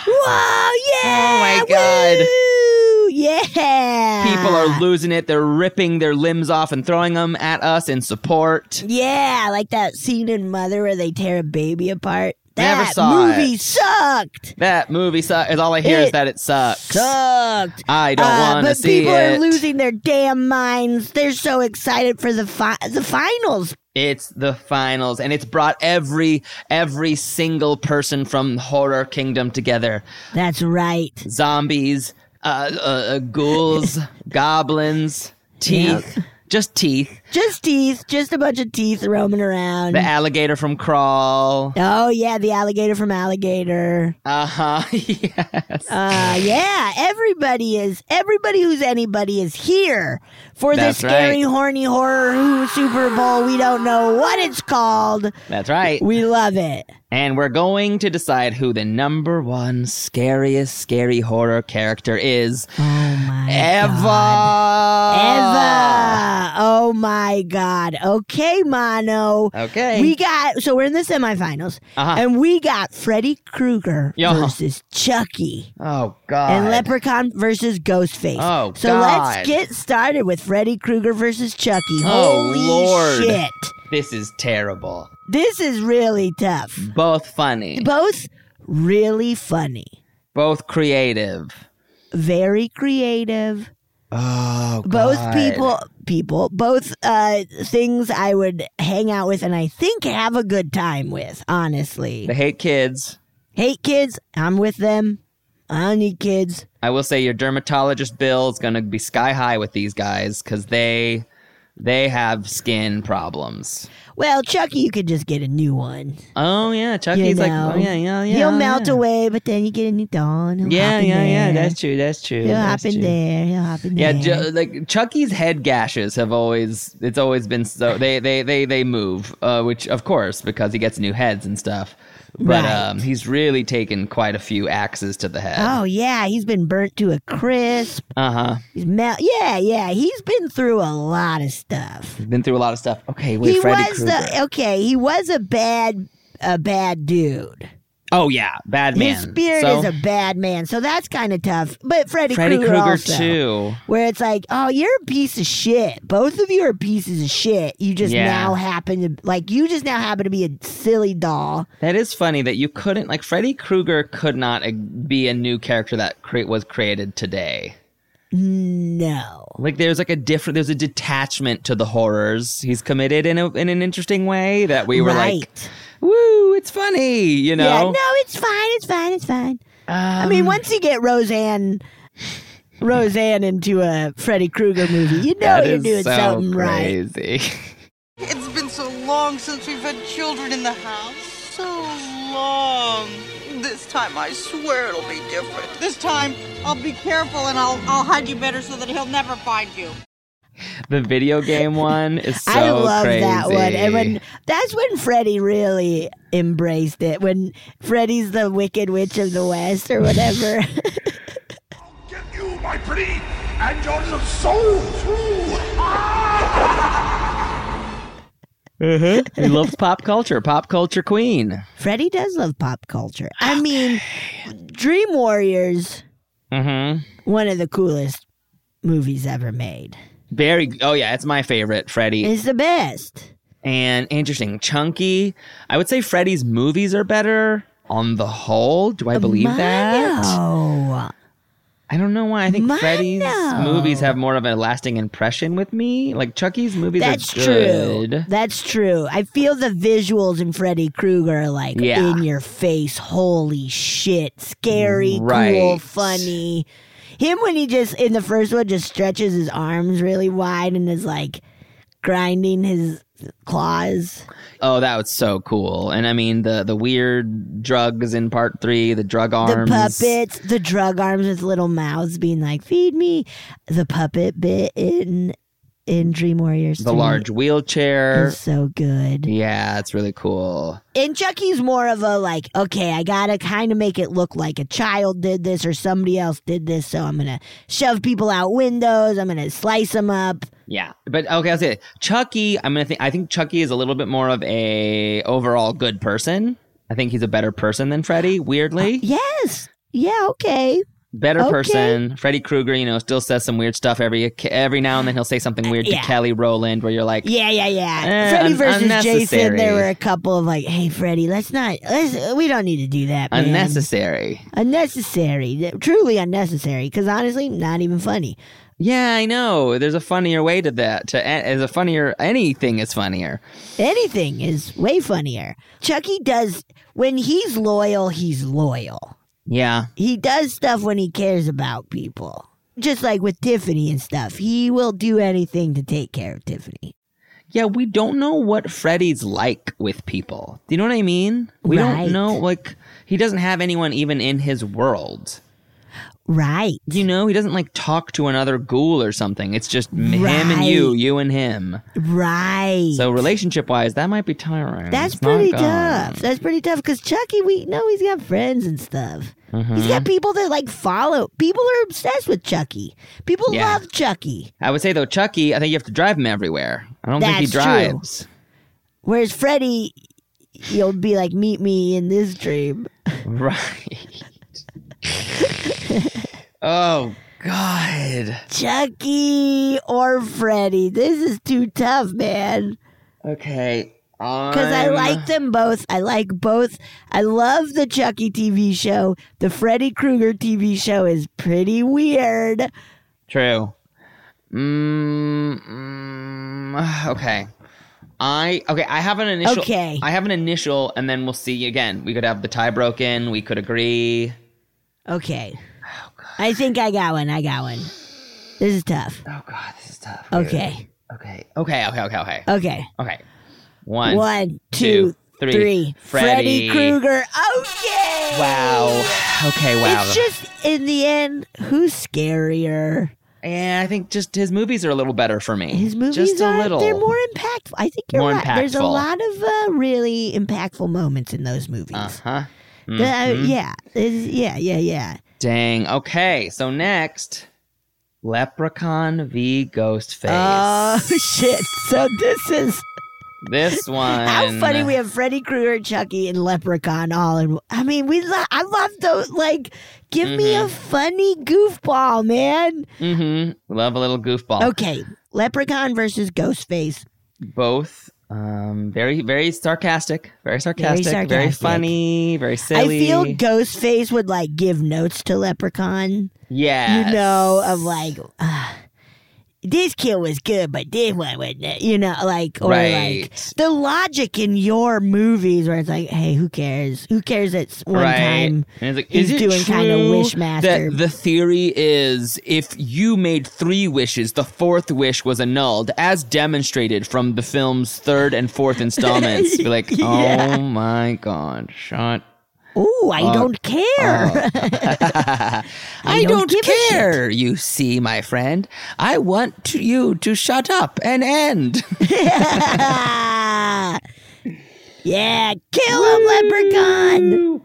B: Whoa,
C: Oh
B: yeah.
C: my god.
B: Woo, yeah.
C: People are losing it. They're ripping their limbs off and throwing them at us in support.
B: Yeah, like that scene in Mother where they tear a baby apart. That
C: Never saw
B: movie
C: it.
B: sucked.
C: That movie sucks. All I hear is
B: It
C: that it sucks.
B: Sucked.
C: I don't
B: Uh,
C: want to
B: but
C: see
B: people
C: it.
B: are losing their damn minds. They're so excited for the fi- the finals.
C: It's the finals, and it's brought every every single person from horror kingdom together.
B: That's right.
C: Zombies, uh, uh, uh, ghouls, goblins, teeth, Just teeth.
B: Just teeth, just a bunch of teeth roaming around.
C: The alligator from Crawl.
B: Oh yeah, the alligator from Alligator.
C: Uh huh. yes.
B: Uh yeah, everybody is everybody who's anybody is here for
C: That's
B: this scary
C: right.
B: horny horror who Super Bowl. We don't know what it's called.
C: That's right.
B: We love it.
C: And we're going to decide who the number one scariest scary horror character is. Oh my Ever.
B: Eva. Oh my god. Okay, Mono.
C: Okay.
B: We got so we're in the semifinals.
C: Uh-huh.
B: And we got Freddy Krueger
C: Yeah.
B: versus Chucky.
C: Oh god.
B: And Leprechaun versus Ghostface.
C: Oh,
B: so
C: God.
B: let's get started with Freddy Krueger versus Chucky.
C: Oh
B: Holy
C: lord.
B: shit!
C: This is terrible.
B: This is really tough.
C: Both funny.
B: Both really funny,
C: Both creative.
B: very creative.
C: Oh god.
B: Both people, people, both uh, things I would hang out with and I think have a good time with. Honestly,
C: They hate kids.
B: hate kids. I'm with them. I don't need kids.
C: I will say your dermatologist bill is going to be sky high with these guys because they they have skin problems.
B: Well, Chucky, you could just get a new one.
C: Oh yeah,
B: you
C: Chucky's like,
B: know.
C: oh yeah, yeah, yeah.
B: He'll
C: oh,
B: melt
C: yeah.
B: away, but then you get a new dawn. He'll
C: Yeah,
B: hop in
C: yeah, yeah.
B: there.
C: That's true. That's true.
B: He'll
C: that's
B: hop in
C: true.
B: there. He'll hop in
C: Yeah,
B: there.
C: ju- like Chucky's head gashes have always it's always been so they they they they move, uh, which of course because he gets new heads and stuff. But
B: Right.
C: um, he's really taken quite a few axes to the head.
B: Oh yeah, he's been burnt to a crisp.
C: Uh huh.
B: He's mel- yeah, yeah, he's been through a lot of stuff.
C: He's been through a lot of stuff. Okay, wait,
B: he
C: Freddy
B: was
C: Krueger.
B: the okay. He was a bad, a bad dude.
C: oh yeah, bad man.
B: His spirit
C: So,
B: is a bad man, so that's kind of tough. But Freddy,
C: Freddy
B: Krueger
C: Krueger
B: also,
C: too.
B: where it's like, oh, you're a piece of shit. Both of you are pieces of shit. You just
C: Yeah.
B: now happen to like you just now happen to be a silly doll.
C: That is funny that you couldn't like Freddy Krueger could not uh, be a new character that cre- was created today.
B: No.
C: Like there's like a different there's a detachment to the horrors he's committed in a, in an interesting way that we were like
B: Right.
C: woo it's funny you know
B: Yeah, no, it's fine. It's fine. It's fine. I
C: Um.
B: mean, once you get Roseanne, Roseanne into a Freddy Krueger movie, you know
C: That
B: you're
C: is
B: doing
C: so
B: something right.
C: crazy.
L: It's been so long since we've had children in the house. So long. This time I swear it'll be different. This time I'll be careful and I'll I'll hide you better so that he'll never find you.
C: the video game one is so
B: I love that one. And
C: crazy.
B: when that's when Freddy really embraced it. When Freddy's the Wicked Witch of the West or whatever.
M: You, my pretty, and yours of soul too.
C: Mhm. he loves pop culture, pop culture queen.
B: Freddy does love pop culture. I mean, Dream Warriors,
C: Mm-hmm.
B: one of the coolest movies ever made.
C: Very oh yeah, it's my favorite Freddy.
B: It's the best.
C: and interesting, chunky. I would say Freddy's movies are better on the whole. Do
B: Uh,
C: I believe that?
B: Mono.
C: I don't know why. I think Freddy's
B: Mono.
C: movies have more of a lasting impression with me. Like Chucky's movies
B: That's
C: are good.
B: true. That's true. I feel the visuals in Freddy Krueger are like
C: Yeah.
B: in your face. Holy shit. Scary, cool,
C: Right.
B: funny. Him when he just in the first one just stretches his arms really wide and is like grinding his claws.
C: Oh, that was so cool. And I mean the the weird drugs in part three, the drug arms.
B: The puppets, the drug arms with little mouths being like, Feed me. The puppet bit in in Dream Warriors.
C: The
B: 3
C: large wheelchair.
B: is so good.
C: Yeah, it's really cool.
B: And Chucky's more of a like, okay, I gotta kind of make it look like a child did this or somebody else did this, so I'm gonna shove people out windows, I'm gonna slice them up.
C: Yeah, but okay, I'll say it. Chucky. I'm gonna think. I think Chucky is a little bit more of a overall good person. I think he's a better person than Freddy. Weirdly,
B: Yes, yeah, okay.
C: better
B: Uh, okay.
C: person. Freddy Krueger, you know, still says some weird stuff every every now and then. He'll say something weird
B: Yeah.
C: to Kelly Rowland, where you're like,
B: Yeah, yeah, yeah.
C: Eh,
B: Freddy
C: un-
B: versus Jason. There
C: unnecessary.
B: were a couple of like, hey, Freddy, let's not, let's, we don't need to do that. Man.
C: unnecessary.
B: unnecessary, Th- truly unnecessary. Because honestly, not even funny.
C: Yeah, I know. There's a funnier way to that. To as a funnier, anything is funnier.
B: Anything is way funnier. Chucky does when he's loyal, he's loyal.
C: Yeah,
B: He does stuff when he cares about people. just like with Tiffany and stuff, he will do anything to take care of Tiffany.
C: Yeah, we don't know what Freddy's like with people. Do you know what I mean? We
B: Right.
C: don't know. Like, he doesn't have anyone even in his world.
B: Right.
C: You know, he doesn't like talk to another ghoul or something. It's just m him and you,
B: Right.
C: you and him.
B: Right.
C: So, relationship wise, that might be tiring.
B: That's
C: It's not
B: pretty
C: good.
B: tough. That's pretty tough because Chucky, we know he's got friends and stuff. He's
C: Mhm.
B: got people that like follow. People are obsessed with Chucky. People
C: Yeah.
B: love Chucky.
C: I would say, though, Chucky, I think you have to drive him everywhere. I don't think he
B: That's true.
C: drives.
B: Whereas Freddy, you'll be like, meet me in this dream.
C: Right. oh God.
B: Chucky or Freddy. This is too tough, man.
C: Okay.
B: Because I like them both. I like both. I love the Chucky TV show. The Freddy Krueger TV show is pretty weird.
C: True. Mm, mm, okay. I okay. I have an initial.
B: Okay.
C: I have an initial, and then we'll see again. We could have the tie broken. We could agree.
B: Okay. I think I got one. I got one. This is tough.
C: Oh, God, this is tough.
B: Okay.
C: Okay. Okay. Okay. Okay. Okay.
B: Okay.
C: Okay. One.
B: One,
C: two,
B: two,
C: three.
B: three.
C: Freddy.
B: Freddy Krueger. Oh, Okay.
C: Wow. Okay. Wow.
B: It's just in the end, who's scarier?
C: Yeah, I think just his movies are a little better for me.
B: His movies
C: just a
B: are
C: little.
B: they're more impactful. I think you're
C: More
B: right. There's a
C: impactful.
B: lot of uh, really impactful moments in those movies.
C: Uh-huh.
B: The- uh,
C: Mhm.
B: yeah. It's- yeah, yeah, yeah.
C: Dang. Okay. So next, Leprechaun v Ghostface.
B: Oh shit. So this is
C: this one.
B: How funny
C: uh,
B: we have Freddy Krueger, Chucky, and Leprechaun all in. I mean, we lo- I love those. Like, give me a funny goofball, man.
C: Mm-hmm. Love a little goofball.
B: Okay, Leprechaun versus Ghostface.
C: Both. Um. Very, very sarcastic. Very sarcastic. Very,
B: sarcastic.
C: funny. Very silly.
B: I feel Ghostface would like give notes to Leprechaun.
C: Yes.
B: You know, of like, "Ah, this kill was good, but this one wasn't. You know, like or
C: Right.
B: like the logic in your movies where it's like, hey, who cares? Who cares? It's one
C: right.
B: time.
C: And it's like, is
B: he's
C: it
B: doing
C: true
B: kinda Wishmaster?
C: That the theory is if you made three wishes, the fourth wish was annulled, as demonstrated from the film's third and fourth installments. Be like,
B: Yeah.
C: oh my god, shut.
B: Ooh, I
C: Fuck
B: don't care.
C: I, don't,
B: don't give a
C: care, you see, my friend. I want to, you to shut up and end. uh.
B: yeah, kill him, leprechaun.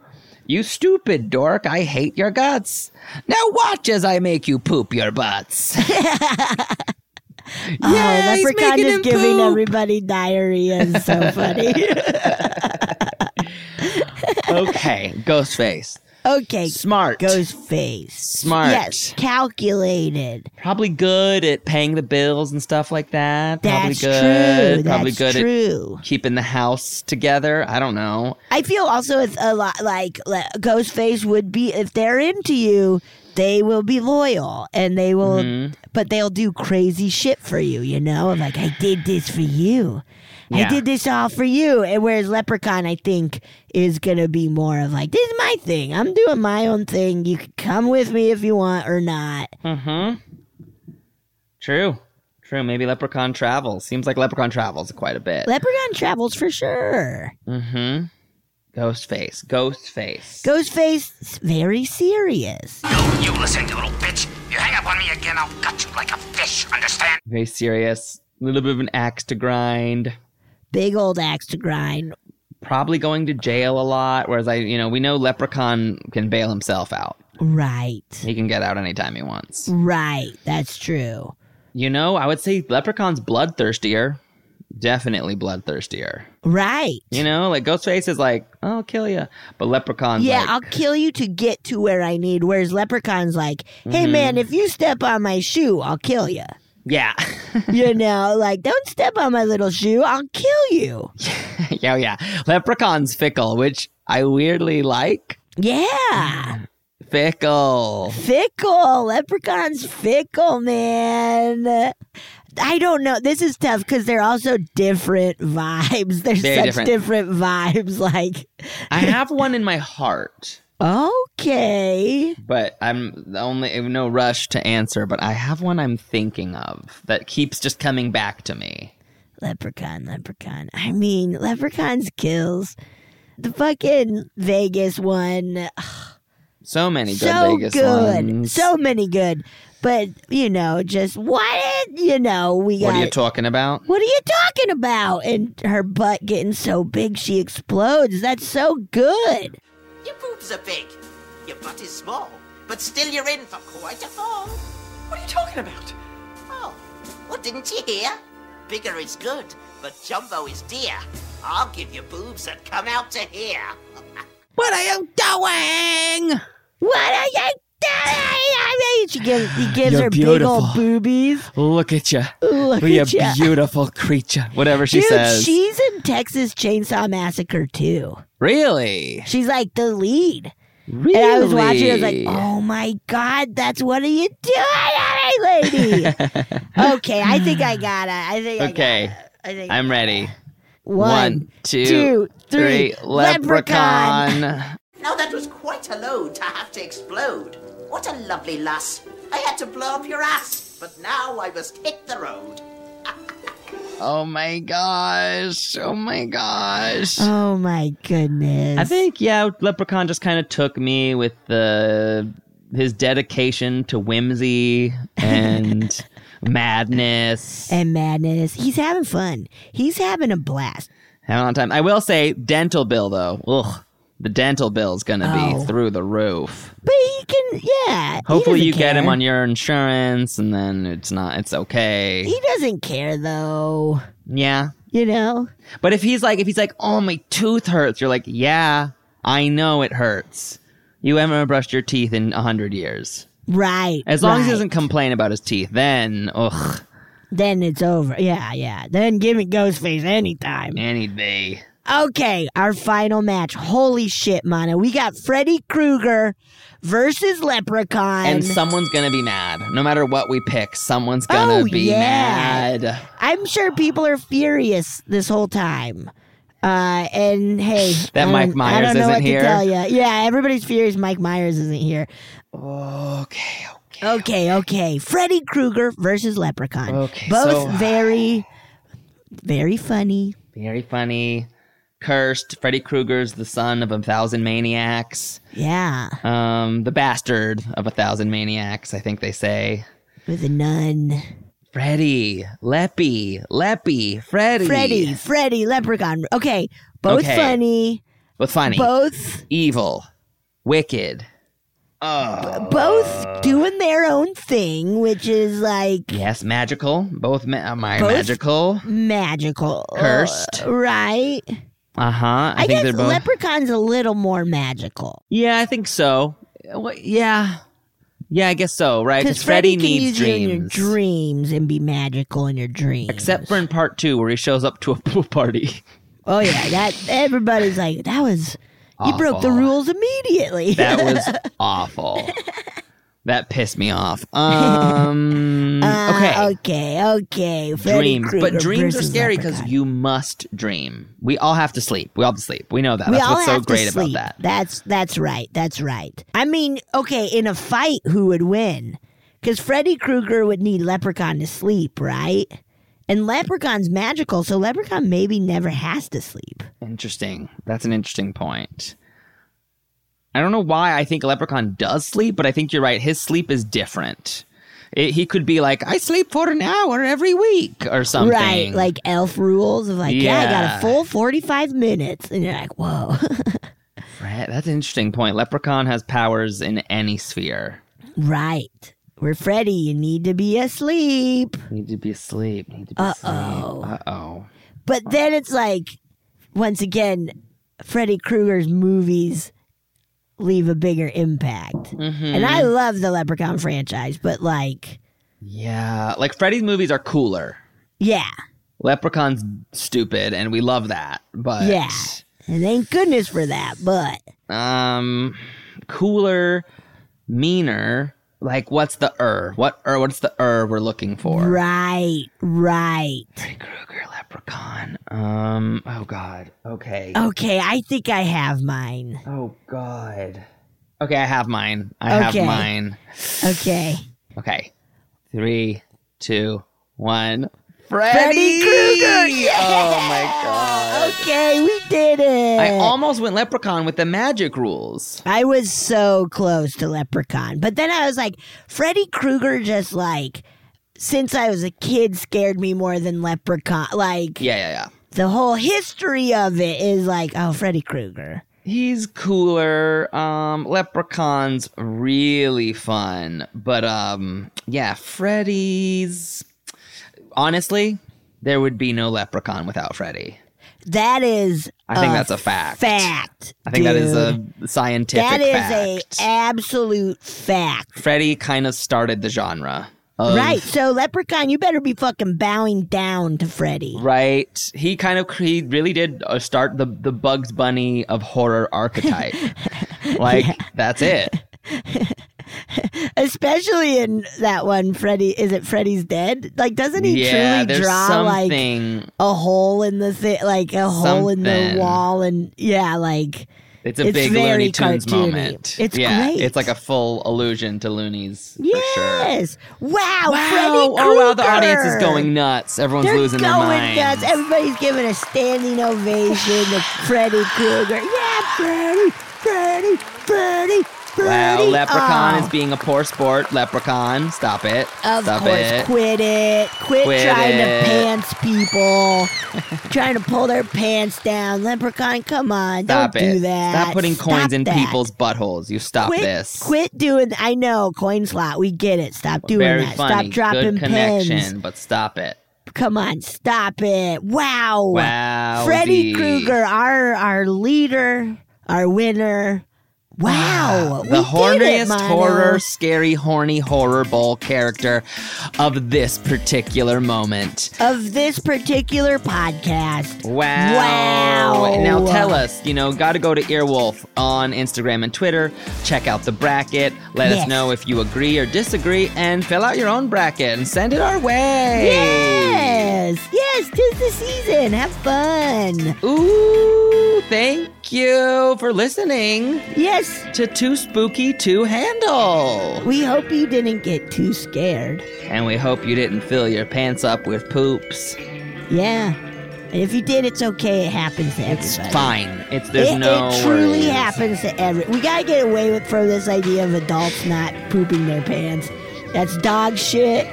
C: You stupid dork, I hate your guts. Now watch as I make you poop your butts.
B: Oh,
C: Yeah, he's
B: leprechaun
C: making
B: is
C: him
B: giving
C: poop.
B: everybody diarrhea. It's so funny.
C: okay, Ghostface.
B: okay,
C: Smart.
B: Ghostface.
C: Smart.
B: Yes, calculated.
C: Probably good at paying the bills and stuff like that. Probably
B: That's
C: good.
B: true,
C: Probably
B: that's
C: good
B: true.
C: at keeping the house together. I don't know.
B: I feel also it's a lot like le- Ghostface would be if they're into you, they will be loyal and they will,
C: Mm-hmm.
B: but they'll do crazy shit for you. You know, like I did this for you, I
C: Yeah.
B: did this all for you. And whereas Leprechaun, I think, is gonna be more of like this is my thing. I'm doing my own thing. You can come with me if you want or not.
C: Mm-hmm. True. True. Maybe Leprechaun travels. Seems like Leprechaun travels quite a bit.
B: Leprechaun travels for sure.
C: mm-hmm. Ghostface. Ghostface.
B: Ghostface, s- very serious.
M: You listen, you little bitch. You hang up on me again, I'll gut you like a fish, understand?
C: Very serious. A little bit of an axe to grind.
B: Big old axe to grind.
C: Probably going to jail a lot. Whereas I, you know, we know Leprechaun can bail himself out.
B: Right.
C: He can get out anytime he wants.
B: Right. That's true.
C: You know, I would say Leprechaun's bloodthirstier. Definitely bloodthirstier.
B: Right.
C: You know, like Ghostface is like, I'll kill you. But Leprechaun's
B: yeah,
C: like,
B: I'll kill you to get to where I need. Whereas Leprechaun's like, hey,
C: Mhm.
B: man, if you step on my shoe, I'll kill you.
C: yeah.
B: you know, like, don't step on my little shoe, I'll kill you.
C: yeah, yeah. Leprechaun's fickle, which I weirdly like.
B: Yeah.
C: Fickle.
B: Fickle. Leprechaun's fickle, man. I don't know. This is tough because they're also different vibes. They're
C: Very
B: such
C: different.
B: different vibes. Like,
C: I have one in my heart.
B: Okay.
C: But I'm only no rush to answer, but I have one I'm thinking of that keeps just coming back to me.
B: Leprechaun, leprechaun. I mean, leprechauns kills. The fucking Vegas one.
C: So many good
B: so
C: Vegas
B: good.
C: ones.
B: So many good. But, you know, just what, you know, we
C: what
B: got.
C: are you talking about?
B: What are you talking about? And her butt getting so big she explodes. That's so good.
N: Your boobs are big. Your butt is small. But still, you're in for quite a fall. What are you talking about? Oh, well, didn't you hear? Bigger is good, but jumbo is dear. I'll give you boobs that come out to here.
J: What are you doing?
B: What are you doing? She gives, he gives
C: You're
B: her big
C: beautiful.
B: old boobies.
C: Look at you.
B: Look
C: you
B: at ya.
C: beautiful creature. Whatever she
B: Dude,
C: says.
B: she's in Texas Chainsaw Massacre too.
C: really?
B: She's like the lead. And I was watching, I was like,
C: Really?
B: oh my God, that's what are you doing, lady? okay, I think I got it. I think I got it.
C: Okay.
B: I think-
C: I'm ready.
B: One,
C: One, two, three.
B: two, three.
C: Leprechaun.
N: Now that was quite a load to have to explode. What a lovely lass. I had to blow up your ass, but now I must hit the road.
C: Oh my gosh. Oh my gosh.
B: Oh my goodness.
C: I think yeah, Leprechaun just kind of took me with the his dedication to whimsy and madness.
B: and madness. He's having fun. He's having a blast.
C: Having a long time. I will say, dental bill though. Ugh, the dental bill's gonna
B: Oh.
C: be through the roof.
B: But he can, yeah. he
C: Hopefully,
B: doesn't
C: you get him
B: care.
C: on your insurance, and then it's not. It's okay.
B: He doesn't care though.
C: yeah,
B: You know?
C: but if he's like, if he's like, oh my tooth hurts, you're like, yeah, I know it hurts. You haven't brushed your teeth in a hundred years.
B: Right.
C: As long as he
B: right.
C: doesn't complain about his teeth, then ugh,
B: Then it's over. Yeah, yeah. Then give me Ghostface anytime.
C: any day.
B: Okay, our final match. Holy shit, Mana. We got Freddy Krueger versus Leprechaun.
C: And someone's gonna be mad. No matter what we pick, someone's gonna
B: Oh,
C: be
B: yeah.
C: mad.
B: I'm sure people are furious this whole time. Uh, and hey, um,
C: That
B: I don't-
C: Mike Myers
B: I don't know
C: isn't
B: what
C: here.
B: to tell you. Yeah, everybody's furious. Mike Myers isn't here.
C: Okay.
B: Okay, okay. Freddy Krueger versus Leprechaun.
C: Okay,
B: both
C: so-
B: very, very funny.
C: Very funny. Cursed. Freddy Krueger's the son of a thousand maniacs.
B: Yeah,
C: Um, the bastard of a thousand maniacs, I think they say.
B: with a nun.
C: Freddy, Leppy, Leppy, Freddy.
B: Freddy, Freddy, Leprechaun. Okay, both
C: Okay.
B: funny.
C: But funny.
B: Both,
C: Evil. Wicked. Oh.
B: both doing their own thing, which is like
C: Yes, magical. Both ma- am I
B: Both-
C: magical?
B: magical,
C: Cursed.
B: Uh, right?
C: Uh huh. I,
B: I,
C: think
B: guess
C: they're both.
B: Leprechaun's a little more magical
C: yeah, I think so. Uh, what- Yeah. Yeah, I guess so, right? Because Freddy,
B: can
C: needs
B: use you in your
C: dreams.
B: dreams and be magical in your dreams.
C: Except for in part two, where he shows up to a pool party.
B: Oh yeah, that everybody's like that was you broke the
C: Awful.
B: rules immediately.
C: That was awful. That pissed me off. Um, okay.
B: Uh, okay, okay. Freddy
C: dreams,
B: Krueger
C: but dreams are
B: versus
C: scary
B: Leprechaun.
C: because you must dream. We all have to sleep. We all have to sleep. We know that.
B: we
C: That's
B: all
C: what's
B: have
C: so great
B: to sleep.
C: about that.
B: That's that's right. That's right. I mean, okay, in a fight, who would win? Because Freddy Krueger would need Leprechaun to sleep, right? And Leprechaun's magical, so Leprechaun maybe never has to sleep.
C: Interesting. That's an interesting point. I don't know why I think Leprechaun does sleep, but I think you're right. His sleep is different. It, he could be like, I sleep for an hour every week or something.
B: Right, like elf rules of like, yeah, I got
C: Yeah.
B: a full 45 minutes. And you're like, whoa.
C: Right, that's an interesting point. Leprechaun has powers in any sphere.
B: right. We're Freddy. You need to be asleep.
C: Need to be asleep. Need to be
B: Uh-oh.
C: asleep. Uh oh.
B: But then it's like, once again, Freddy Krueger's movies leave a bigger impact. And I love the Leprechaun franchise, but like,
C: Yeah, like Freddy's movies are cooler.
B: yeah,
C: Leprechaun's stupid, and we love that. But
B: yeah. And thank goodness for that, but
C: um, cooler, meaner. Like, what's the er? What er? What's the er we're looking for?
B: right, right.
C: Krueger, Leprechaun. Um. Oh God. Okay.
B: Okay, I think I have mine.
C: Oh God. Okay, I have mine. I
B: Okay.
C: have mine.
B: Okay.
C: Okay. Three, two, one.
B: Freddy Krueger.
C: Oh my god.
B: Okay, we did it.
C: I almost went leprechaun with the magic rules.
B: I was so close to Leprechaun. But then I was like, Freddy Krueger just like, since I was a kid, scared me more than Leprechaun. Like,
C: Yeah, yeah, yeah.
B: the whole history of it is like, oh, Freddy Krueger.
C: He's cooler. Um, Leprechaun's really fun, but um, yeah, Freddy's. Honestly, there would be no Leprechaun without Freddy.
B: That is.
C: I think that's a fact.
B: Fact.
C: I think that is a
B: dude.
C: scientific
B: That is
C: fact.
B: a e- absolute fact.
C: Freddy kind of started the genre. Of,
B: right. So, Leprechaun, you better be fucking bowing down to Freddy.
C: Right. He kind of he really did uh, start the the Bugs Bunny of horror archetype. like that's it.
B: Especially in that one, Freddy. Is it Freddy's Dead? Like, doesn't he
C: yeah,
B: truly
C: there's
B: draw, like,
C: something.
B: a hole in the thi- like a hole in the
C: Something.
B: wall and yeah like
C: it's a big
B: very
C: Looney Tunes
B: cartoony.
C: moment.
B: it's
C: yeah,
B: great
C: It's like a full allusion to Loonies for sure.
B: yes wow, Freddy
C: Oh, oh wow, the audience is
B: Krueger!
C: going nuts. Everyone's
B: They're
C: losing
B: going
C: their mind.
B: nuts everybody's giving a standing ovation to Freddy Krueger yeah Freddy Freddy Freddy
C: Wow,
B: Freddy
C: Leprechaun
B: Oh,
C: is being a poor sport. Leprechaun, stop it.
B: of
C: stop
B: course
C: it.
B: quit it quit,
C: Quit
B: trying
C: it.
B: to pants people trying to pull their pants down Leprechaun come on
C: Stop
B: don't
C: it.
B: do that
C: Stop putting coins
B: Stop
C: in
B: that.
C: people's buttholes. You stop
B: quit,
C: this.
B: Quit doing. I know coin slot. We get it. Stop doing
C: Very
B: that.
C: funny.
B: Stop dropping
C: Good connection,
B: pins.
C: but stop it.
B: Come on, stop it. Wow.
C: Wow.
B: Freddy Krueger, our our leader, our winner. Wow.
C: The
B: we did it,
C: horniest
B: Mono.
C: horror, scary, horny horror ball character of this particular moment.
B: of this particular podcast.
C: Wow.
B: Wow.
C: Now tell us, you know, got to go to Earwolf on Instagram and Twitter. Check out the bracket. Let
B: Yes.
C: us know if you agree or disagree and fill out your own bracket and send it our way.
B: Yes. Yes. Tis the season. Have fun.
C: Ooh. Thank you for listening.
B: Yes.
C: To Too Spooky to Handle.
B: We hope you didn't get too scared.
C: And we hope you didn't fill your pants up with poops.
B: Yeah. And if you did, it's okay. It happens to everybody.
C: It's fine. It's there's
B: it,
C: no
B: it truly
C: worries.
B: happens to every. We gotta get away with from this idea of adults not pooping their pants. That's dog shit.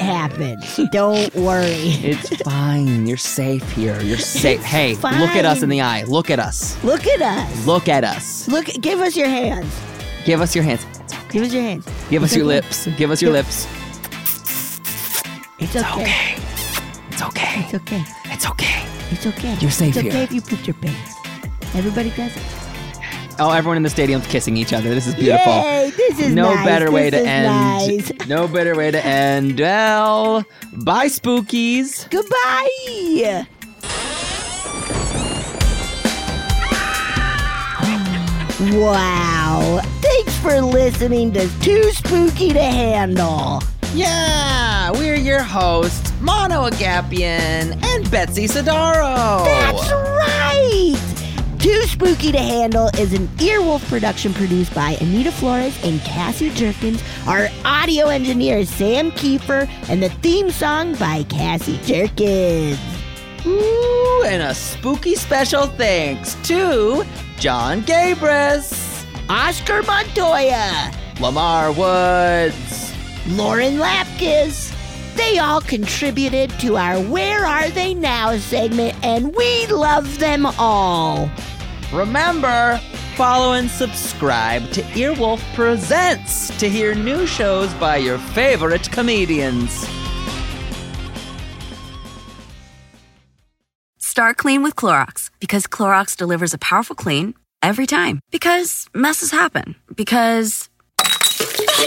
B: happens. Don't worry.
C: It's fine. You're safe here. You're safe. hey, look at us in
B: fine.
C: the eye. Look at us.
B: Look at us.
C: Look at us.
B: Look. Give us your hands.
C: Give us your hands.
B: Give us your hands.
C: Give us
B: It's
C: your
B: okay.
C: lips. Give us your
B: Give-
C: lips.
B: It's okay.
C: It's okay.
B: It's okay.
C: It's okay.
B: It's okay.
C: You're safe
B: It's okay
C: here.
B: if you pooped your pants. Everybody does it.
C: Oh, everyone in the stadium's kissing each other. This is beautiful.
B: Yay, this is
C: no
B: nice.
C: better way
B: This
C: to
B: is
C: end.
B: nice.
C: No better way to end. Well, bye, spookies.
B: Goodbye. Wow. Thanks for listening to Too Spooky to Handle.
C: Yeah, we're your hosts, Mono Agapian and Betsy Sidaro.
B: That's right. Too Spooky to Handle is an Earwolf production produced by Anita Flores and Cassie Jerkins. Our audio engineer is Sam Kiefer, and the theme song by Cassie Jerkins.
C: Ooh, and a spooky special thanks to John Gabris,
B: Oscar Montoya.
C: Lamar Woods,
B: Lauren Lapkus. They all contributed to our Where Are They Now segment, and we love them all.
C: Remember, follow and subscribe to Earwolf Presents to hear new shows by your favorite comedians.
O: Start clean with Clorox because Clorox delivers a powerful clean every time. Because messes happen. Because
G: I